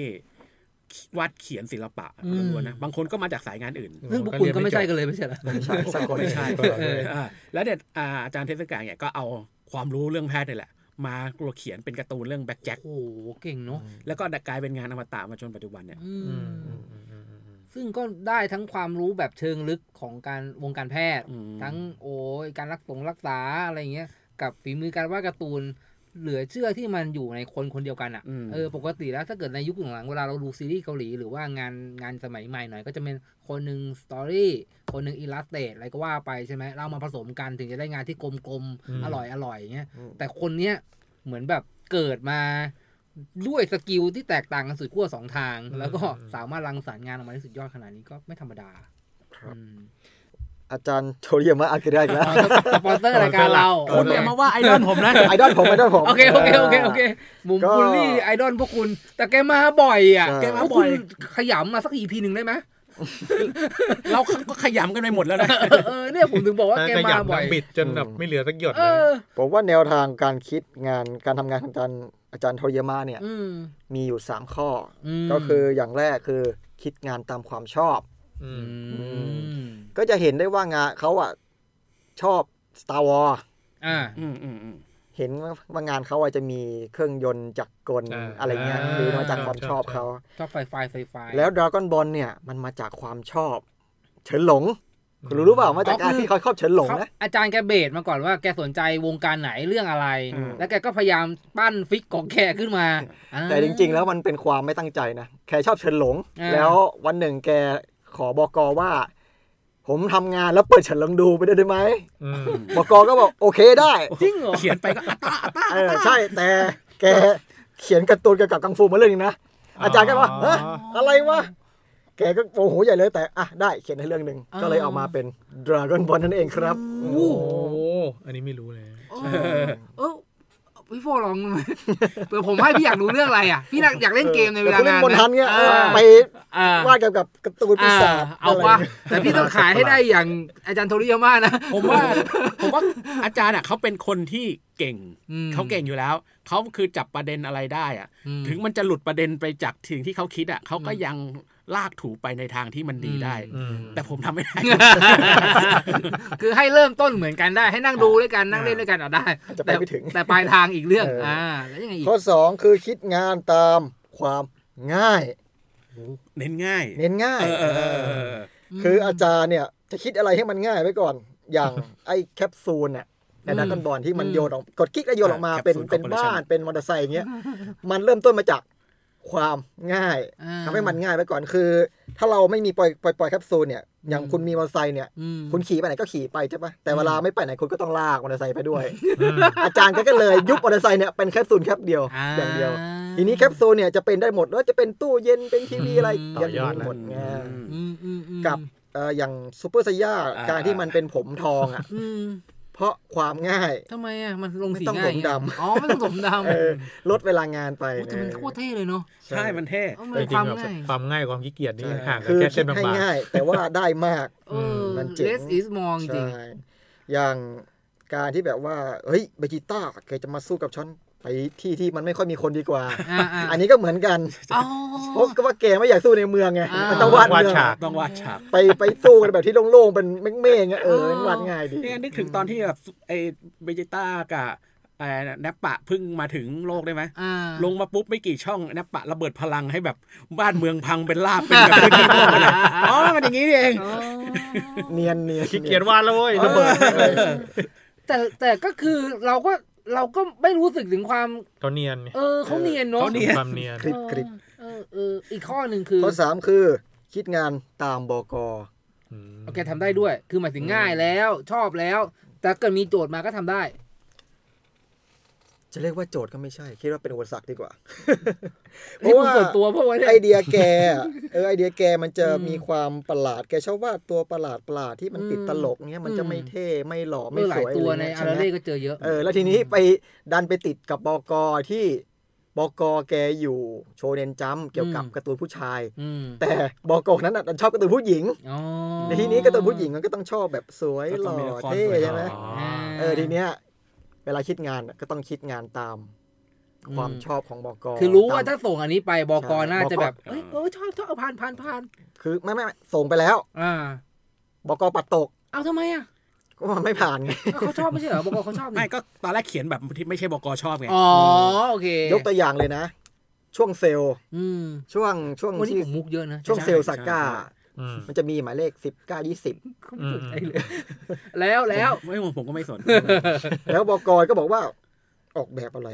วาดเขียนศิลปะ อืม ล้วนๆนะบางคนก็มาจากสายงาน อื่น ซึ่งพวกคุณก็ไม่ใช่กันเลยไม่ใช่เหรอ ใช่ใช่ ไม่ใช่ เอออ่าแล้วเด็ดอ่าอาจารย์เทศกาลเนี่ยก็เอาความรู้เรื่องแพทย์นี่แหละ มาเขียนเป็นการ์ตูนเรื่องแบ็กแจ็ค โอ้โหเก่งเนาะ แล้วก็กลายเป็นงานอมตะมาจนปัจจุบันเนี่ย อื อื ม มอืมอืมอืมอืม ซึ่งก็ได้ทั้งความรู้แบบเชิงลึกของการวงการแพทย์ อืม ทั้งโอ้ยการรักษงรักษาอะไรอย่างเงี้ยกับฝีมือการวาดการ์ตูน เหลือเชื่อที่มันอยู่ในคนคนเดียวกันอะ ม เออปกติแล้วถ้าเกิดในยุคหลังๆเวลาเราดูซีรีส์เกาหลี หรือว่างานงานสมัยใหม่หน่อยก็จะเป็นคนหนึ่งสตอรี่คนหนึ่งอิลลัสเตอะไรก็ว่าไปใช่ไหมเรามาผสมกันถึงจะได้งานที่กลมๆ อร่อยอร่อยอย่างเงี้ยแต่คนเนี้ยเหมือนแบบเกิดมาด้วยสกิลที่แตกต่างกันสุดขั้วสองทาง แล้วก็สามารถรังสรรค์งานออกมาได้สุดยอดขนาดนี้ก็ไม่ธรรมดา ครับ อืม อาจารย์โชริยามะอากิระอีกแล้ว สปอนเซอร์รายการเรา คุณอย่ามาว่าไอดอลผม นะ ไอดอลผมไอดอลผม โอเคโอเคโอเคโอเคมุม ก็ บูลลี่ไอดอลพวกคุณ แต่แกมาบ่อยอ่ะ ใช่ แกมา แล้ว บ่ คุ อ ณ ย ขยำมาสักอีพีหนึ่งได้ไหม เราก็ขยำกันไปหมดแล้วนะ เออเนี่ยผมถึงบอกว่าแก ข มา ยับ บ่อย น้ำบิดจนแบบไม่เหลือสักหยด เอ เลย อ ผมว่าแนวทางการคิดงานการทำงานของอาจารย์อาจารย์ทรยมาเนี่ย อืม มีอยู่ 3 ข้ออ ม ก็คืออย่างแรกคือคิดงานตามความชอบ อื อื ม ม ก็จะเห็นได้ว่างานเขาอ่ะชอบ Star Wars อ่า อืมอืมอืม เห็นว่างานเขาอาจจะมีเครื่องยนต์จักรกล า อะไรเงี้ย อ่า คือมาจากความชอบเขา ชอบไฟไฟไฟไฟ แล้วดราก้อนบอลเนี่ยมันมาจากความชอบ เฉินหลง คุณรู้หรือเปล่ามาจากการที่เขาชอบเฉินหลง เขา นะ อาจารย์แกเบสมาก่อนว่าแกสนใจวงการไหนเรื่องอะไร อืม แล้วแกก็พยายามปั้นฟิกของแกขึ้นมาอ่า แต่จริง ๆ แล้วมันเป็นความไม่ตั้งใจนะแกชอบเฉินหลง อ่า แล้ววันหนึ่งแกขอบอกอว่า ผมทำงานแล้วเปิดเฉินหลงดูไปด้วยได้ไหม อืม บอกอก็บอกโอเคได้ จริงเหรอ เขียนไปก็อัตตาอัตตา เออใช่แต่แกเขียนการ์ตูนเกี่ยวกับกังฟูมาเรื่องหนึงนะอาจารย์ก็ว่าเฮ้ยอะไรวะแกก็โมโหใหญ่เลยแต่อ่ะได้เขียนให้เรื่องหนึ่งก็เลยเออกมาเป็น Dragon Ball นั่นเองครับ โอ้โหอันนี้ไม่รู้เลย เออพี่โฟลองไหมเผื่อผมให้พี่อยากรู้เรื่องอะไรอ่ะพี่อยากอยากเล่นเกมในเวลา คุณเล่ นาน น บนทันเนี่ะยเออไป อ่า วาดเกี่ยวกับการ์ตูนปีศาจ เอา ไร ว่า เนี่ย แต่พี่ต้องขายให้ได้อย่างอาจารย์โทริยาม่านะ ผมว่าผมว่าอาจารย์อ่ะเขาเป็นคนที่เก่ง อืม เขาเก่งอยู่แล้ว เขาคือจับประเด็นอะไรได้อ่ะ อืม ถึงมันจะหลุดประเด็นไปจากสิ่งที่เขาคิดอ่ะเขาก็ยังลากถูไปในทางที่มันดีได้ อืม แต่ผมทำไม่ได้ คือให้เริ่มต้นเหมือนกันได้ ให้นั่งดูด้วยกันนั่งเล่นด้วยกันเอาได้ จะไป แต่ ไม่ถึง แต่ปลายทางอีกเรื่อง เอออ่ อ่าแล้วยังไงอีก ข้อ 2 คือคิดงานตามความง่าย เน้นง่าย เน้นง่าย เออเออเออเออ คืออาจารย์เนี่ยจะคิดอะไรให้มันง่ายไว้ก่อน อย่างไอ้แคปซูลเนี่ยในดักกันบอลที่มันโยนออกกดกิ๊กแล้วโยนออกมาเป็นเป็นบ้านเป็นมอเตอร์ไซค์อย่างเงี้ยมันเริ่มต้นมาจากความง่าย อ่า ทำให้มันง่ายไว้ก่อนคือ ถ้าเราไม่มีปล่อยปล่อยปล่อยแคปซูลเนี่ยอย่างคุณมีมอเตอร์ไซค์เนี่ย อืม คุณขี่ไปไหนก็ขี่ไปใช่ปะแต่เวลาไม่ไปไหนคุณก็ต้องลากมอเตอร์ไซค์ไปด้วย อาจารย์ก็เลยยุบมอเตอร์ไซค์เนี่ยเป็นแคปซูลแคปเดียวอย่างเดียว ทีนี้แคปซูลเนี่ยจะเป็นได้หมดแล้วจะเป็นตู้เย็นเป็นทีวีอะไร ต่อยอดนะ หมดไง อืมอืมอืม กับเอ่ออย่างซูเปอร์ไซย่า า การที่มันเป็นผมทองอ่ะ อืม เพราะความง่าย ทำไมอ่ะมันลงสี ไม่ต้อง ง่าย ผมดำ อ๋อไม่ต้องผมดำ เออลดเวลางานไป โอ้แต่มัน เออ โคตรเท่เลยเนาะ ใช่มันเท่ เอา จ มัน ริ ควาง ม ๆแบบ ง่าย ความง่ายความขี้เกียจนี่ ใช่ ห่างกัน คือ แค่เส้ คิ น ด บาง ให้ ๆ ง่าย แต่ว่าได้มาก เออ มันเจ๋ง less is more จริง ใช่อย่างการที่แบบว่า เฮ้ยเบจิต้าแกจะมาสู้กับช้อนไปที่ที่มันไม่ค่อยมีคนดีกว่า อ่าอ่า อันนี้ก็เหมือนกัน อ๋อ เพราะก็ว่าแกไม่อยากสู้ในเมืองไง อ่ามั มันต้องวาด วาด เมือง ฉาก ต้องวาดฉาก ไปไปสู้กันแบบที่โล่งๆเป็นเมฆๆเงี้ยเออมันวาดง่ายดี นี่ไงนึกถึงตอนที่แบบไอ้เบจิต้ากับไอ้แนปปะเพิ่งมาถึงโลกได้ไหม อ่า ลงมาปุ๊บไม่กี่ช่องแนปปะระเบิดพลังให้แบบบ้านเมืองพังเป็นลาบเป็นแบบพื้นที่โลกไปเลยอ๋อมันอย่างนี้นี่เอง เนียนเนียน ขี้เกียจวาดแล้วเว้ยระเบิด แต่แต่ก็คือเราก็เราก็ไม่รู้สึกถึงความ เขาเนียนไง เออเขาเนียนเนาะ เขาเนียน ความเนียน กริบกริบ เออเอออีกข้อหนึ่งคือ ข้อสามคือคิดงานตามบก โอเคทำได้ด้วย คือหมายถึงง่ายแล้ว ชอบแล้ว แต่เกิดมีโจทย์มาก็ทำได้ จะเรียกว่าโจทย์ก็ไม่ใช่ คิดว่าเป็นอุปสรรคดีกว่า เพ นี่คุณราะว่า ส่วนตัวเพราะว่าเนี่ย ไอเดียแกอะเออไอเดียแกมันจะ อืม มีความประหลาดแกชอบวาดตัวประหลาดประหลาดที่มันติด อืม ตลกเนี้ยมันจะไม่ อืม เท่ไม่หล่อ เอ ไม่ อห ส ลาย วย ตัว อะในไรเงี้ย อา ใช่ รา ไหม เล่ก็เจอเยอะ เออแล้วทีนี้ไปดันไปติดกับบกที่บกแกอยู่โชเนนจัมป์เกี่ยวกับ อืม การ์ตูนผู้ชาย อืม แต่บกนั้นอ่ะดันชอบการ์ตูนผู้หญิง อ๋อ ในทีนี้การ์ตูนผู้หญิงมันก็ต้องชอบแบบสวยหล่อเท่ใช่ไหม อ่า เออทีเนี้ยเวลาคิดงานน่ะก็ต้องคิดงานตามความชอบของบก คือรู้ว่า ต ถ้าม ส่งอันนี้ไปบก ใช่ น่าจะแบบ บก เอ้ยเออชอบชอบเอาผ่านผ่านผ่าน คือไม่ไม่ไม่ส่งไปแล้ว อ่า บกปัดตก เอาทำไมอ่ะ ก็มันไม่ผ่านไง เอาเขาชอบไม่ใช่เหรอบกเขาชอบนี่ ไม่ก็ตอนแรกเขียนแบบที่ไม่ใช่บกชอบไง อ๋อโอเค ยกตัวอย่างเลยนะ ช่วงเซลล์ อืม ช่วงช่วง วันนี้ ที่ ผมมุกเยอะนะ ช่วงเซลล์สากก้า อืม มันจะมีหมายเลข 10 9 20 เขาไม่สนใจเลย แล้วแล้ว ไม่ผมก็ไม่สน แล้วบกก็บอกว่า ออกแบบอะไร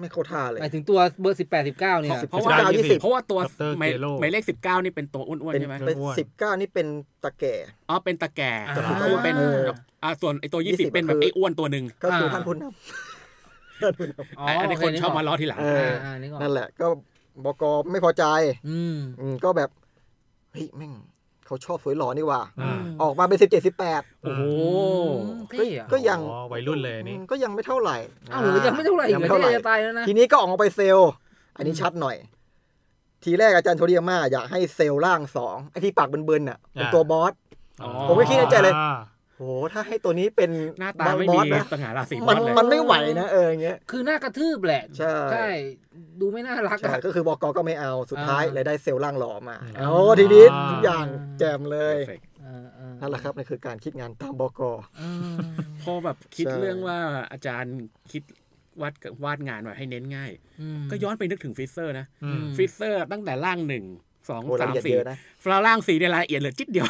ไม่เข้าท่าเลย หมายถึงตัวเบอร์สิบแปดสิบเก้าเนี่ย เพราะว่า 19 20 เพราะว่าตัว ดร หมาย เกโร่ หมายเลขสิบเก้านี่เป็นตัวอ้วน เป็นๆใช่ไหม เป็น อ้วน สิบเก้านี่เป็นตะแก่ อ๋อเป็นตะแก่ อ่า ส่วนตัวเป็นอ่าส่วนไอตัวยี่สิบ 20 เป็นแบบ คือ ไอ้อ้วนตัวหนึ่ง ก็คืออา ท่านผู้น อ๋อ ไอ้ โ ไอ้คนชอบมาล้อทีหลัง ำเอ อ่ อา อ่านี่ก่อน นั่นแหละ ก็บกไม่พอใจ อืม อืมก็แบบเฮ้ยแม่งเขาชอบสวยหล่อนี่หว่า อ่า ออกมาเป็นสิบเจ็ดสิบแปด โอ้โห ก็ เท่อะ ก็ยัง อ๋อวัยรุ่นเลยอันนี่ ก็ยังไม่เท่าไหร่ อ้าวหรือยังไม่เท่าไหร่อี ยั ก ง เหรอ ไม่เท่าไหร่ จะตายแล้วนะ ทีนี้ก็ออกมาไปเซลล์ อันนี้ชัดหน่อย ทีแรกอาจารย์โทเรียมาอยากให้เซลล์ร่างสองไอ้ที่ปากเบิร์นๆน่ะเป็น อ่า ตัวบอส อ๋อ ผมไม่คิดในใจเลย อ่า โหถ้าให้ตัวนี้เป็น หน้าตาไม่ บ มี อสนะ สง่าราศีบ มั อน สเลย มันไม่ไหวนะเอออย่างเงี้ย คือหน้ากระทืบแหละ ใช่ ดูไม่น่ารัก ใช่ อะ ก็คือบอกก็ไม่เอาสุดท้าย อ่า เลยได้เซลล์ร่างหล่อมา อ่า โอ้ทีนี้ทุกอย่าง อ่า แจ่มเลย เออเออ นั่นแหละครับนั่นคือการคิดงานตามบก เออ พอแบบคิด ใช่ เรื่องว่าอาจารย์คิดวาดวาดงานแบบให้เน้นง่าย อืม ก็ย้อนไปนึกถึงฟรีเซอร์นะ อืม ฟรีเซอร์ตั้งแต่ร่างหนึ่งสอง โหรายละสาม เอียด สี่ เยอะนะ ฟลาร่างสี่เนี่ยรายละเอียดเหลือจิ๊ดเดียว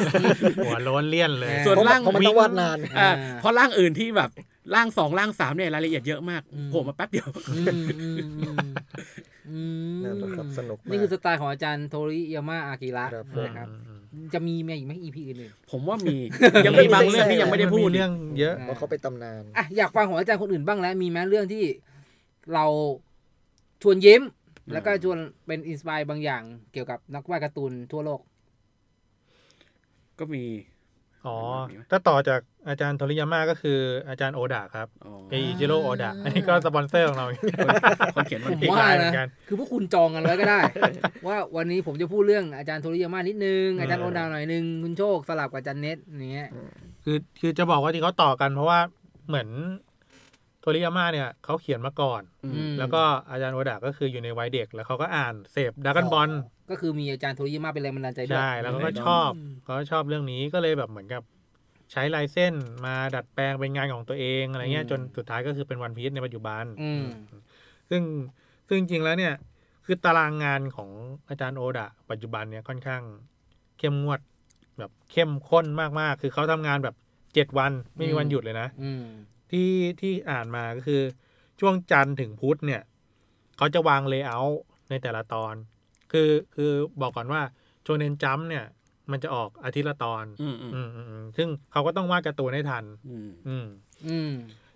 หัวโล้นเลี่ยนเลย แ ส่วน เพราะ ร่าง เพราะมันต้องวาดนาน อ่า อ่า เพราะร่างอื่นที่แบบร่างสองร่างสามเนี่ยรายละเอียดเยอะมากโผล่มาแป๊บเดียว อืมอืมอืมอืม นั่นแหละครับสนุกมาก นี่คือสไตล์ของอาจารย์โทริยาม่าอากิระ ครับ นะครับ จะมีมาอีกไหม EP อื่น ผมว่ามี ยังมีบางเรื่องที่ยังไม่ได้พูด นเรื่องเยอะ ๆ เพราะเขาเป็นตำนาน อ่ะอยากฟังของอาจารย์คนอื่นบ้างแล้ว มีไหมเรื่องที่เราชวนยิ้ม แล้วก็ชวนเป็นอินสปายบางอย่างเกี่ยวกับนักวาดการ์ตูนทั่วโลก ก็มี อ๋อ มีไหม ถ้าต่อจากอาจารย์โทริยาม่าก็คืออาจารย์โอดาครับ อ๋อ ไออิจิโร่โอดาอันนี้ก็สปอนเซอร์ของเรา คนเขียนมัน ผม ผิด อีก ว่า ลายเหมื นะ อนกัน คือพวกคุณจองกันไว้ก็ได้ ว่าวันนี้ผมจะพูดเรื่องอาจารย์โทริยาม่านิดนึง อาจารย์ เอ โอ อ ดาวหน่อยนึง คุณโชคสลับกับอาจารย์เน็ตอย่างเงี้ย คือคือจะบอกว่าที่เขาต่อกันเพราะว่าเหมือนโทริยาม่าเนี่ยเขาเขียนมาก่อน อืม ม แล้วก็อาจารย์โอดาก็คืออยู่ในวัยเด็ก แล้วเขาก็อ่านเสพด a กันบอล ก็คือมีอาจารย์โทริยาม่าเป็นแรงบันดาลใจด้วย ใช่แล้วเขาก็ชอบเขาก็ชอบเรื่องนี้ก็เลยแบบเหมือนกับ ใช้ลายเส้นมาดัดแปลงเป็นงานของตัวเองอะไรเงี้ยจนสุดท้ายก็คือเป็นวันพีซในปัจจุบัน อืม ซึ่งซึ่งจริงๆแล้วเนี่ย คือตารางงานของอาจารย์โอดะปัจจุบันเนี่ยค่อนข้างเข้มงวด แบบเข้มข้นมากๆ คือเขาทำงานแบบเจ็ดวันไม่มี อืม วันหยุดเลยนะ อืม ที่ที่อ่านมาก็คือช่วงจันทร์ถึงพุธเนี่ย เขาจะวางเลเยอร์ในแต่ละตอน คือคือบอกก่อนว่าโชเนนจัมเนี่ย มันจะออกอาทิตย์ละตอน อืมอืม อืมอืมอืมซึ่งเขาก็ต้องวาดการ์ตูนให้ทัน อืม อืม อืม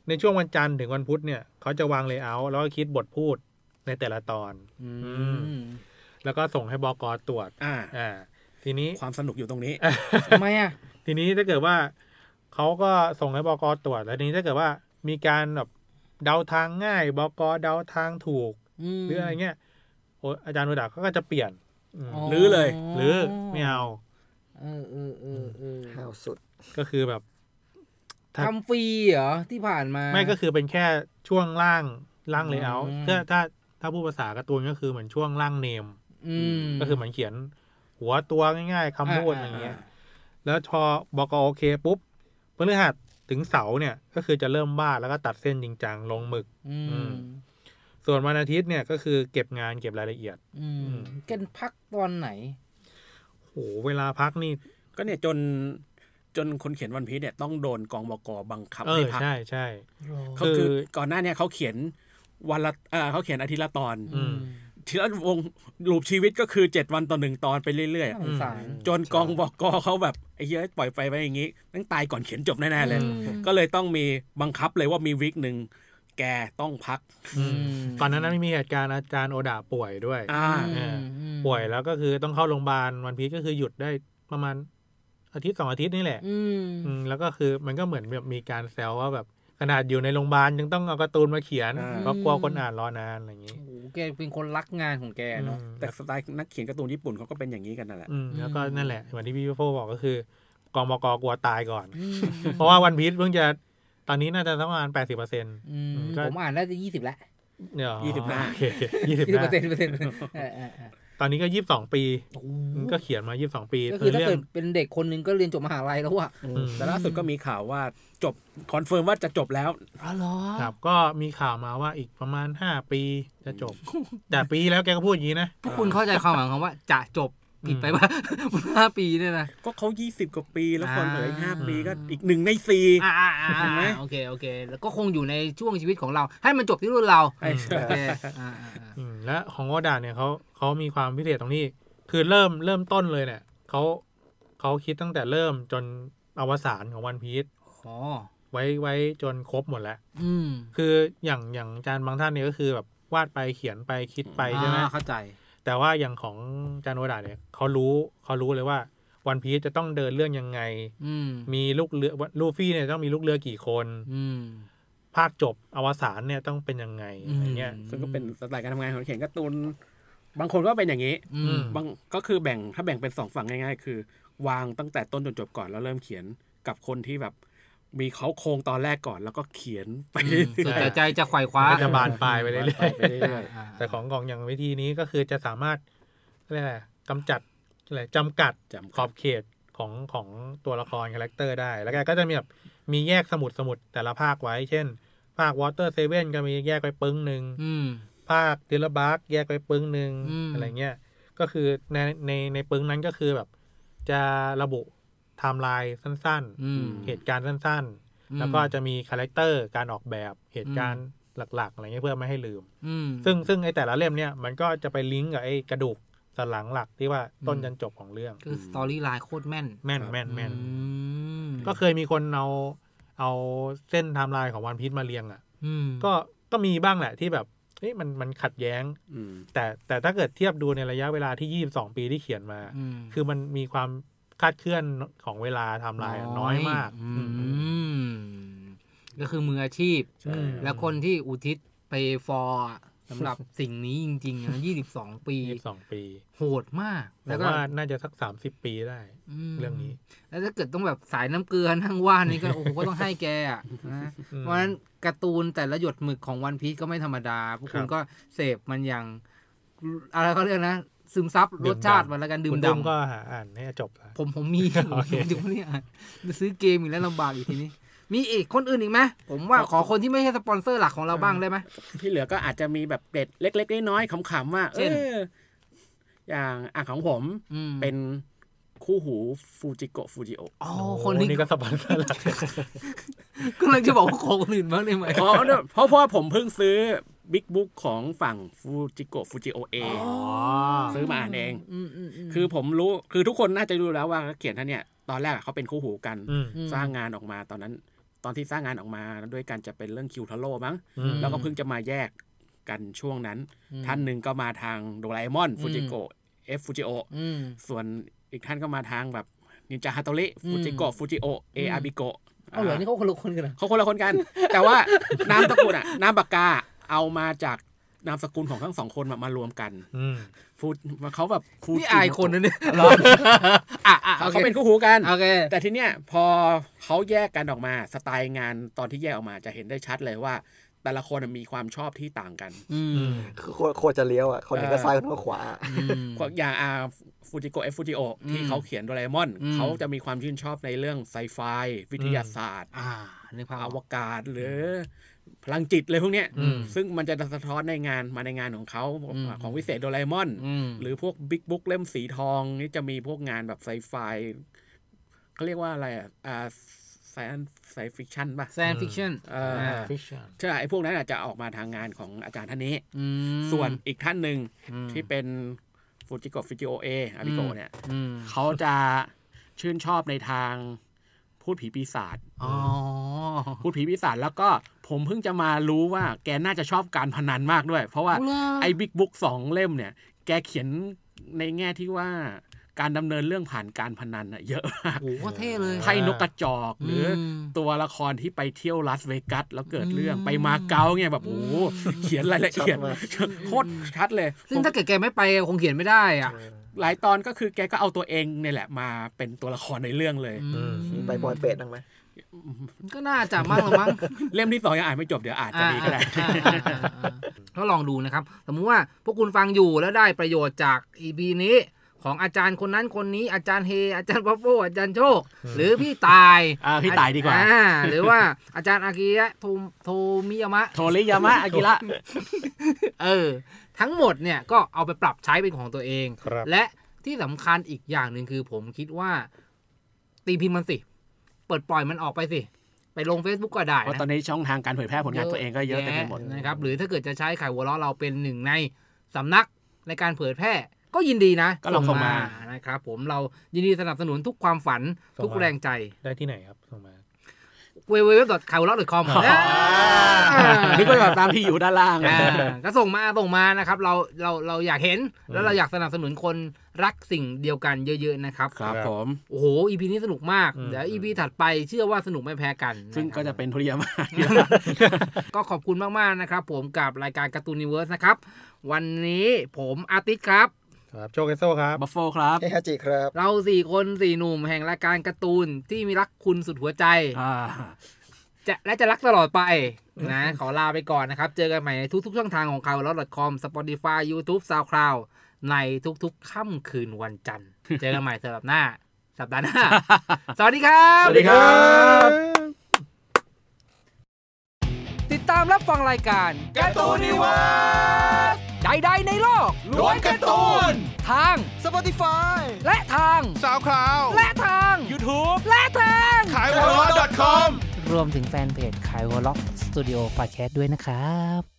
ในช่วงวันจันทร์ถึงวันพุธเนี่ย เขาจะวางเลเยอร์แล้วก็คิดบทพูดในแต่ละตอน อื ม ม แล้วก็ส่งให้บกตรวจ อ่า อ่า ทีนี้ ความสนุกอยู่ตรงนี้ ทำไมอ่ะ ทีนี้ถ้าเกิดว่าเขาก็ส่งให้บกตรวจ แล้วทีนี้ถ้าเกิดว่ามีการแบบเดาทางง่ายบกเดาทางถูก หรืออะไรเงี้ยโออาจารย์โอดาเขาก็จะเปลี่ยนอืม อ๋อ ลื้อเลย หรือไม่เอา เออเออเออเออ ข้าวสุด ก็คือแบบ ทำฟรีเหรอที่ผ่านมา ไม่ก็คือเป็นแค่ช่วงล่างล่างเลเยอร์ อืม ถ้าถ้าถ้าพูดภาษาการ์ตูนก็คือเหมือนช่วงล่างเนม อืม ก็คือเหมือนเขียนหัวตัวง่ายๆคำพูด อ่า อะไรเงี้ย แล้วพอบอกโอเคปุ๊บพฤหัสถึงเสาร์เนี่ย ก็คือจะเริ่มวาดแล้วก็ตัดเส้นจริงจังลงหมึก อื อื ม ม ส่วนวันอาทิตย์เนี่ยก็คือเก็บงานเก็บรายละเอียด อืมกันพักตอนไหน โหเวลาพักนี่ ก็เนี่ยจนจนคนเขียนวันพีชเนี่ยต้องโดนกองบกบังคับ เอ ให้ อ พัก ใช่ใช่ เขาคือ คือ ก่อนหน้าเนี่ยเขาเขียนวันละเออเขาเขียนอาทิตย์ละตอน อืม ทีละวงรูปชีวิตก็คือเจ็ดวันต่อหนึ่งตอนไปเรื่อยๆ น่า อะ สงสาร จนกองบกเขาแบบไอ้เหี้ยปล่อยไปไว้อย่างงี้ตั้งตายก่อนเขียนจบแน่ๆเลย อืม ก็เลยต้องมีบังคับเลยว่ามีวิกหนึ่งแกต้องพัก อืมตอนนั้นนะไม่มีเหตุการณ์อาจารย์โอดาป่วยด้วย อ่า อืมอืม ป่วยแล้วก็คือต้องเข้าโรงพยาบาลวันพีชก็คือหยุดได้ประมาณอาทิตย์สองอาทิตย์นี่แหละ อืม อืมแล้วก็คือมันก็เหมือนแบบมีการแซวว่าแบบขนาดอยู่ในโรงพยาบาลยังต้องเอาการ์ตูนมาเขียน อ่า เพราะกลัวคนอ่านรอนานอะไรอย่างนี้ โอ้โหแกเป็นคนรักงานของแกเนาะ แต่สไตล์นักเขียนการ์ตูนญี่ปุ่นเขาก็เป็นอย่างนี้กันนั่นแหละ อืมแล้วก็ อืม นั่นแหละเหมือนที่พี่โฟบอกก็คือกองบกกลัวตายก่อน เพราะว่าวันพีชเพิ่งจะตอนนี้น่าจะประมาณแปดสิบเปอร์เซ็นต์ อืม ก็ ผมอ่านได้จะยี่สิบแล้ว ยี่สิบห้า โอเคยี่สิบ ยี่สิบเปอ ห้า ร์เซ็นต์เปอร์เซ็นต์เออเออเออ ตอนนี้ก็ยี่สิบสองปี โอ้โห ก็เขียนมายี่สิบสองปี ก็คือถ้า เรื่ เกิดเป็นเด็กคนนึงก็เรียนจบมหาลัยแล้วอะ อืม แต่ล่าสุดก็มีข่าวว่าจบคอนเฟิร์มว่าจะจบแล้ว อ๋อเหรอ ครับก็มีข่าวมาว่าอีกประมาณห้าปีจะจบ แต่ปีแล้วแกก็พูดอย่างนี้นะ พวกคุณเข้าใจความหมายของว่าจะจบผิดไปว่า ห้าปีเนี่ยนะ ก็เขายี่สิบกว่าปีแล้วคนเหลืออีกห้า อ่า ปีก็อีกหนึ่งในสี่ อ่าอ่าอ่า เห็นไหม โอเคโอเค แล้วก็คงอยู่ในช่วงชีวิตของเรา ให้มันจบที่รุ่นเรา ไอ้ อืม เชี่ย โอเคอ่าอ่าอ่า อืมและของโอดาเนี่ยเขาเขามีความพิเศษตรงที่ คือเริ่มเริ่มต้นเลยเนี่ยเขาเขาคิดตั้งแต่เริ่มจนอวสานของวันพีช อ๋อ ไว้ไว้จนครบหมดแล้ว อืม คืออย่างอย่างอาจารย์บางท่านเนี่ยก็คือแบบวาดไปเขียนไปคิดไปใช่ไหม อ่าเข้าใจ แต่ว่าอย่างของอาจารย์โอดาเนี่ยเขารู้เขารู้เลยว่าวันพีชจะต้องเดินเรื่องยังไง อืม มีลูกเรือลูฟี่เนี่ยต้องมีลูกเรือกี่คน อืม ภาคจบอวสานเนี่ยต้องเป็นยังไง อืม อะไรเงี้ย ซึ่งก็เป็นสไตล์การทำงานของนักเขียนการ์ตูน บางคนก็เป็นอย่างนี้ อืม บางก็คือแบ่งถ้าแบ่งเป็นสองฝั่งง่ายๆ คือ วางตั้งแต่ต้นจนจบก่อนแล้วเริ่มเขียนกับคนที่แบบ มีเขาโครงตอนแรกก่อนแล้วก็เขียนไปเรื่ สุด อย แต่ใจจะไขว่คว้า ก็จะบานปลายไปเรื่อย ไปเรื่อย อ่า ๆแต่ของกล่องอย่างวิธีนี้ก็คือจะสามารถเรียกอะไรกำจัดอะไรจำกัด ๆจำ ขอบเขตของของตัวละครคาแรคเตอร์ได้ แล้วแกก็จะมีแบบมีแยกสมุดสมุดแต่ละภาคไว้ เช่น ภาควอเตอร์เซเว่นก็มีแยกไว้ปึ้งหนึ่ง อืม ภาคดิลบาร์กแยกไว้ปึ้งหนึ่ง อืม อะไรเงี้ย ก็คือในในในปึ้งนั้นก็คือแบบ จะระบุไทม์ไลน์สั้น อืม ๆ เหตุการณ์สั้น อื ๆ ม แล้วก็จะมีคาแรคเตอร์การออกแบบเหตุการณ์หลักๆอะไรเงี้ยเพื่อไม่ให้ลืม อืม ซึ่งซึ่งไอแต่ละเล่มเนี่ยมันก็จะไปลิงก์กับไอกระดูกสันหลังหลักที่ว่าต้นยันจบของเรื่อง คือสตอรี่ไลน์โคตรแม่น แม่นแม่นแม่น อืม ก็เคยมีคนเอาเอาเส้นไทม์ไลน์ของวันพีชมาเรียงอ่ะ อืม ก็ก็มีบ้างแหละที่แบบเฮ้ยมันมันขัดแย้ง อืม แต่แต่ถ้าเกิดเทียบดูในระยะเวลาที่ 22 ปีที่เขียนมา อืม คือมันมีความคาดเคลื่อนของเวลาไทม์ไลน์อะน้อยมาก อื อืม มก็คือมืออาชีพ อืม และคนที่อุทิศไปฟอร์อะสำหรับ สิ่งนี้จริงๆนะ22 ปี 22 ปี โหดมาก แล้ แล้ว ว ก็ ก็ น่าจะสัก 30 ปีได้ ม เรื่องนี้ แล้วถ้าเกิดต้องแบบสายน้ำเกลือนั่งว่านนี่ก็ โอ้โหก็ต้องให้แกอ่ะนะ อืม เพราะฉะนั้นการ์ตูนแต่ละหยดหมึกของวันพี e ก็ไม่ธรรมดา พวกคุณ ครับ ก็เสพมันอย่างอะไรเขาเรียกนะ ซึมซับ ดื่ รสมชาติ ด่ำ มันละกันดื่ คุ ม ณ ด ดุ้มก็หาอ่านให้จบละ ำผมผมมี ผม โอเค อยู่เนี่ยซื้อเกมอีกแล้วลำบากอีกทีนี้ มีอีกคนอื่นอีกไหมผมว่าขอคนที่ไม่ใช่สปอนเซอร์หลักของเราบ้างได้ไหม ที่เหลือก็อาจจะมีแบบเด็ดเล็กๆน้อยๆขำๆว่า เช่ เอน ออย่างอ่ะของผม อืม เป็นคู่หูฟูจิโกะฟูจิโอ อ๋อ โอ้โห คนนี้ นี่ก็สปอนเซอร์ละ กำลังจะบอกว่าของคนอื่นบ้างได้ไหม เพราะเพราะเพราะว่าผมเพิ่งซื้อบิ๊กบุ๊กของฝั่งฟูจิโกะฟูจิโอเอง ซื้อมาอ่านเอง อืมอืมอืม คือผมรู้คือทุกคนน่าจะรู้แล้วว่าเขียนท่านเนี่ย ตอนแรกอะเขาเป็นคู่หูกัน อืม สร้างงานออกมาตอนนั้น ตอนที่สร้างงานออกมาด้วยกันจะเป็นเรื่องคิวทาโร่มั้ง อืม แล้วก็เพิ่งจะมาแยกกันช่วงนั้น อืม ท่านหนึ่งก็มาทางโดราเอมอนฟูจิโกะเอฟฟูจิโอ อืม ส่วนอีกท่านก็มาทางแบบนินจาฮาโตริ อืม ฟูจิโกะฟูจิโอเออาบิโกะ เอาเหรอนี่เขาคนละคนกันเหรอ เขาคนละคน กัน แต่ว่านามตระกูลอะนามปากกาเอามาจากนามสกุลของทั้งสองคนมามารวมกัน อืม ฟูเขาแบบฟู นี่อายคนนะเนี่ยอ่ะอ่ะ เขาเป็นคู่หูกัน โอเค แต่ทีเนี้ยพอเขาแยกกันออกมาสไตล์งานตอนที่แยกออกมาจะเห็นได้ชัดเลยว่า แต่ละคนอะมีความชอบที่ต่างกัน อืม อืม โคตรโคตรจะเลี้ยวอ่ะคนหนึ่งก็ซ้ายคนหนึ่งก็ขวา อืม อย่างอาฟูจิโกเอฟฟูจิโอที่เขาเขียนโดราเอมอน อืม เขาจะมีความชื่นชอบในเรื่องไซไฟวิทยาศาสตร์ อ่านึกภาพ อ ก วกาศหรือพลังจิตเลยพวกเนี้ย อืม ซึ่งมันจะสะท้อนในงานมาในงานของเขา อืม ของวิเศษโดราเอมอน อืม หรือพวกบิ๊กบุ๊กเล่มสีทองนี่จะมีพวกงานแบบไซไฟเขาเรียกว่าอะไรอ่ะอ่าไซไซฟิคชั่นป่ะ แซนฟิคชั่น เอออ่ า Fiction ใช่ไอ้พวกนั้นอาจจะออกมาทางงานของอาจารย์ท่านนี้ อืม ส่วนอีกท่านหนึ่ง อืม ที่เป็นฟูจิโกฟิจิโอเออาริโก อืม เนี่ย อืม เขาจะชื่นชอบในทางพูดผีปีศาจ อ๋อ พูดผีปีศาจแล้วก็ผมเพิ่งจะมารู้ว่าแกน่าจะชอบการพนันมากด้วย เพราะว่าไอ้บิ๊กบุ๊กสองเล่มเนี่ย แกเขียนในแง่ที่ว่าการดำเนินเรื่องผ่านการพนันอะเยอะมาก โอ้โหเท่เลย ไพ่นกกระจอกหรืออ ม ตัวละครที่ไปเที่ยวลาสเวกัสแล้วเกิดเรื่อง อืม ไปมาเก๊าเนี่ยแบบโอ้โหเขียนรายละเอียด ชัดมาก โคตรชัดเลย ซึ่งถ้าเกิดแกไม่ไปคงเขียนไม่ได้อ่ะ หลายตอนก็คือแกก็เอาตัวเองเนี่ยแหละมาเป็นตัวละครในเรื่องเลย อืม ไปบอยเป็ดนังไหม ก็น่าจะมากละมั้ง เล่มที่สองยังอ่านไม่จบเดี๋ยว อาจจะดีก็ได้ อ่าอ่าอ่าอ่าก็ลองดูนะครับ สมมุติว่าพวกคุณฟังอยู่แล้วได้ประโยชน์จาก EP นี้ ของอาจารย์คนนั้นคนนี้อาจารย์เฮ อาจารย์บัฟโฟอาจารย์โชค หรือพี่ตาย อ่าพี่ตายดีกว่า อ่หรือว่าอาจารย์อากิยะโทโทมิยามะ โทริยามะอากิระ เออ ทั้งหมดเนี่ยก็เอาไปปรับใช้เป็นของตัวเอง ครับ และที่สำคัญอีกอย่างหนึ่งคือผมคิดว่า ตีพิมพ์มันสิ เปิดปล่อยมันออกไปสิ ไปลง Facebook ก็ได้ เพราะ นะ ตอนนี้ช่องทางการเผยแพร่ผลงานตัวเองก็เยอะเต็มไปหมด แยนะครับ หรือถ้าเกิดจะใช้ขายหัวเราะเราเป็นหนึ่งในสำนักในการเผยแพร่ ก็ยินดีนะ ก็ลองส่งมา นะครับผมเรายินดีสนับสนุนทุกความฝัน ส่งมา ทุกแรงใจ ได้ที่ไหนครับส่งมา w w w k a w l o c c o m นี่ก็แบบตามที่อยู่ด้านล่าง อ่าก็ส่งมาส่งมานะครับ เราเราเราอยากเห็นแล้วเราอยากสนับสนุนคนรักสิ่งเดียวกันเยอะๆนะครับ ครับผม โอ้โหอีพีนี้สนุกมาก อืม เดี๋ยวอีพีถัดไปเชื่อว่าสนุกไม่แพ้กัน ซึ่ง ครับ ก็จะเป็นทุเรียนมาก ก็ขอบคุณมากๆนะครับ ผมกับรายการการ์ตูนนิเวิร์สนะครับ วันนี้ผมอาร์ติสครับ ครับโชคเอสโซครับ บัฟโฟครับ เฮฮาจิครับ เราสี่คนสี่หนุ่มแห่งรายการการ์ตูนที่มีรักคุณสุดหัวใจ อ่า จะและจะรักตลอดไปนะ ขอลาไปก่อนนะครับ เจอกันใหม่ในทุกๆ ช่องทางของเขาแล้ว .com Spotify YouTube SoundCloud ในทุกๆ ค่ำคืนวันจันทร์ เจอกันใหม่สัปดาห์หน้า สัปดาห์ห น้า สวัสดีครับ สวัสดีครับ ติดตามรับฟังรายการ การ์ตูนนิเวอร์ส ใดๆในโลก ล้วนการ์ตูน ทาง Spotify และทาง สาวคลาว และทาง ทูบ และทาง ขายหัวเราะ .com รวมถึงแฟนเพจขายหัวล็อกสตูดิโอพอดแคสต์ด้วยนะครับ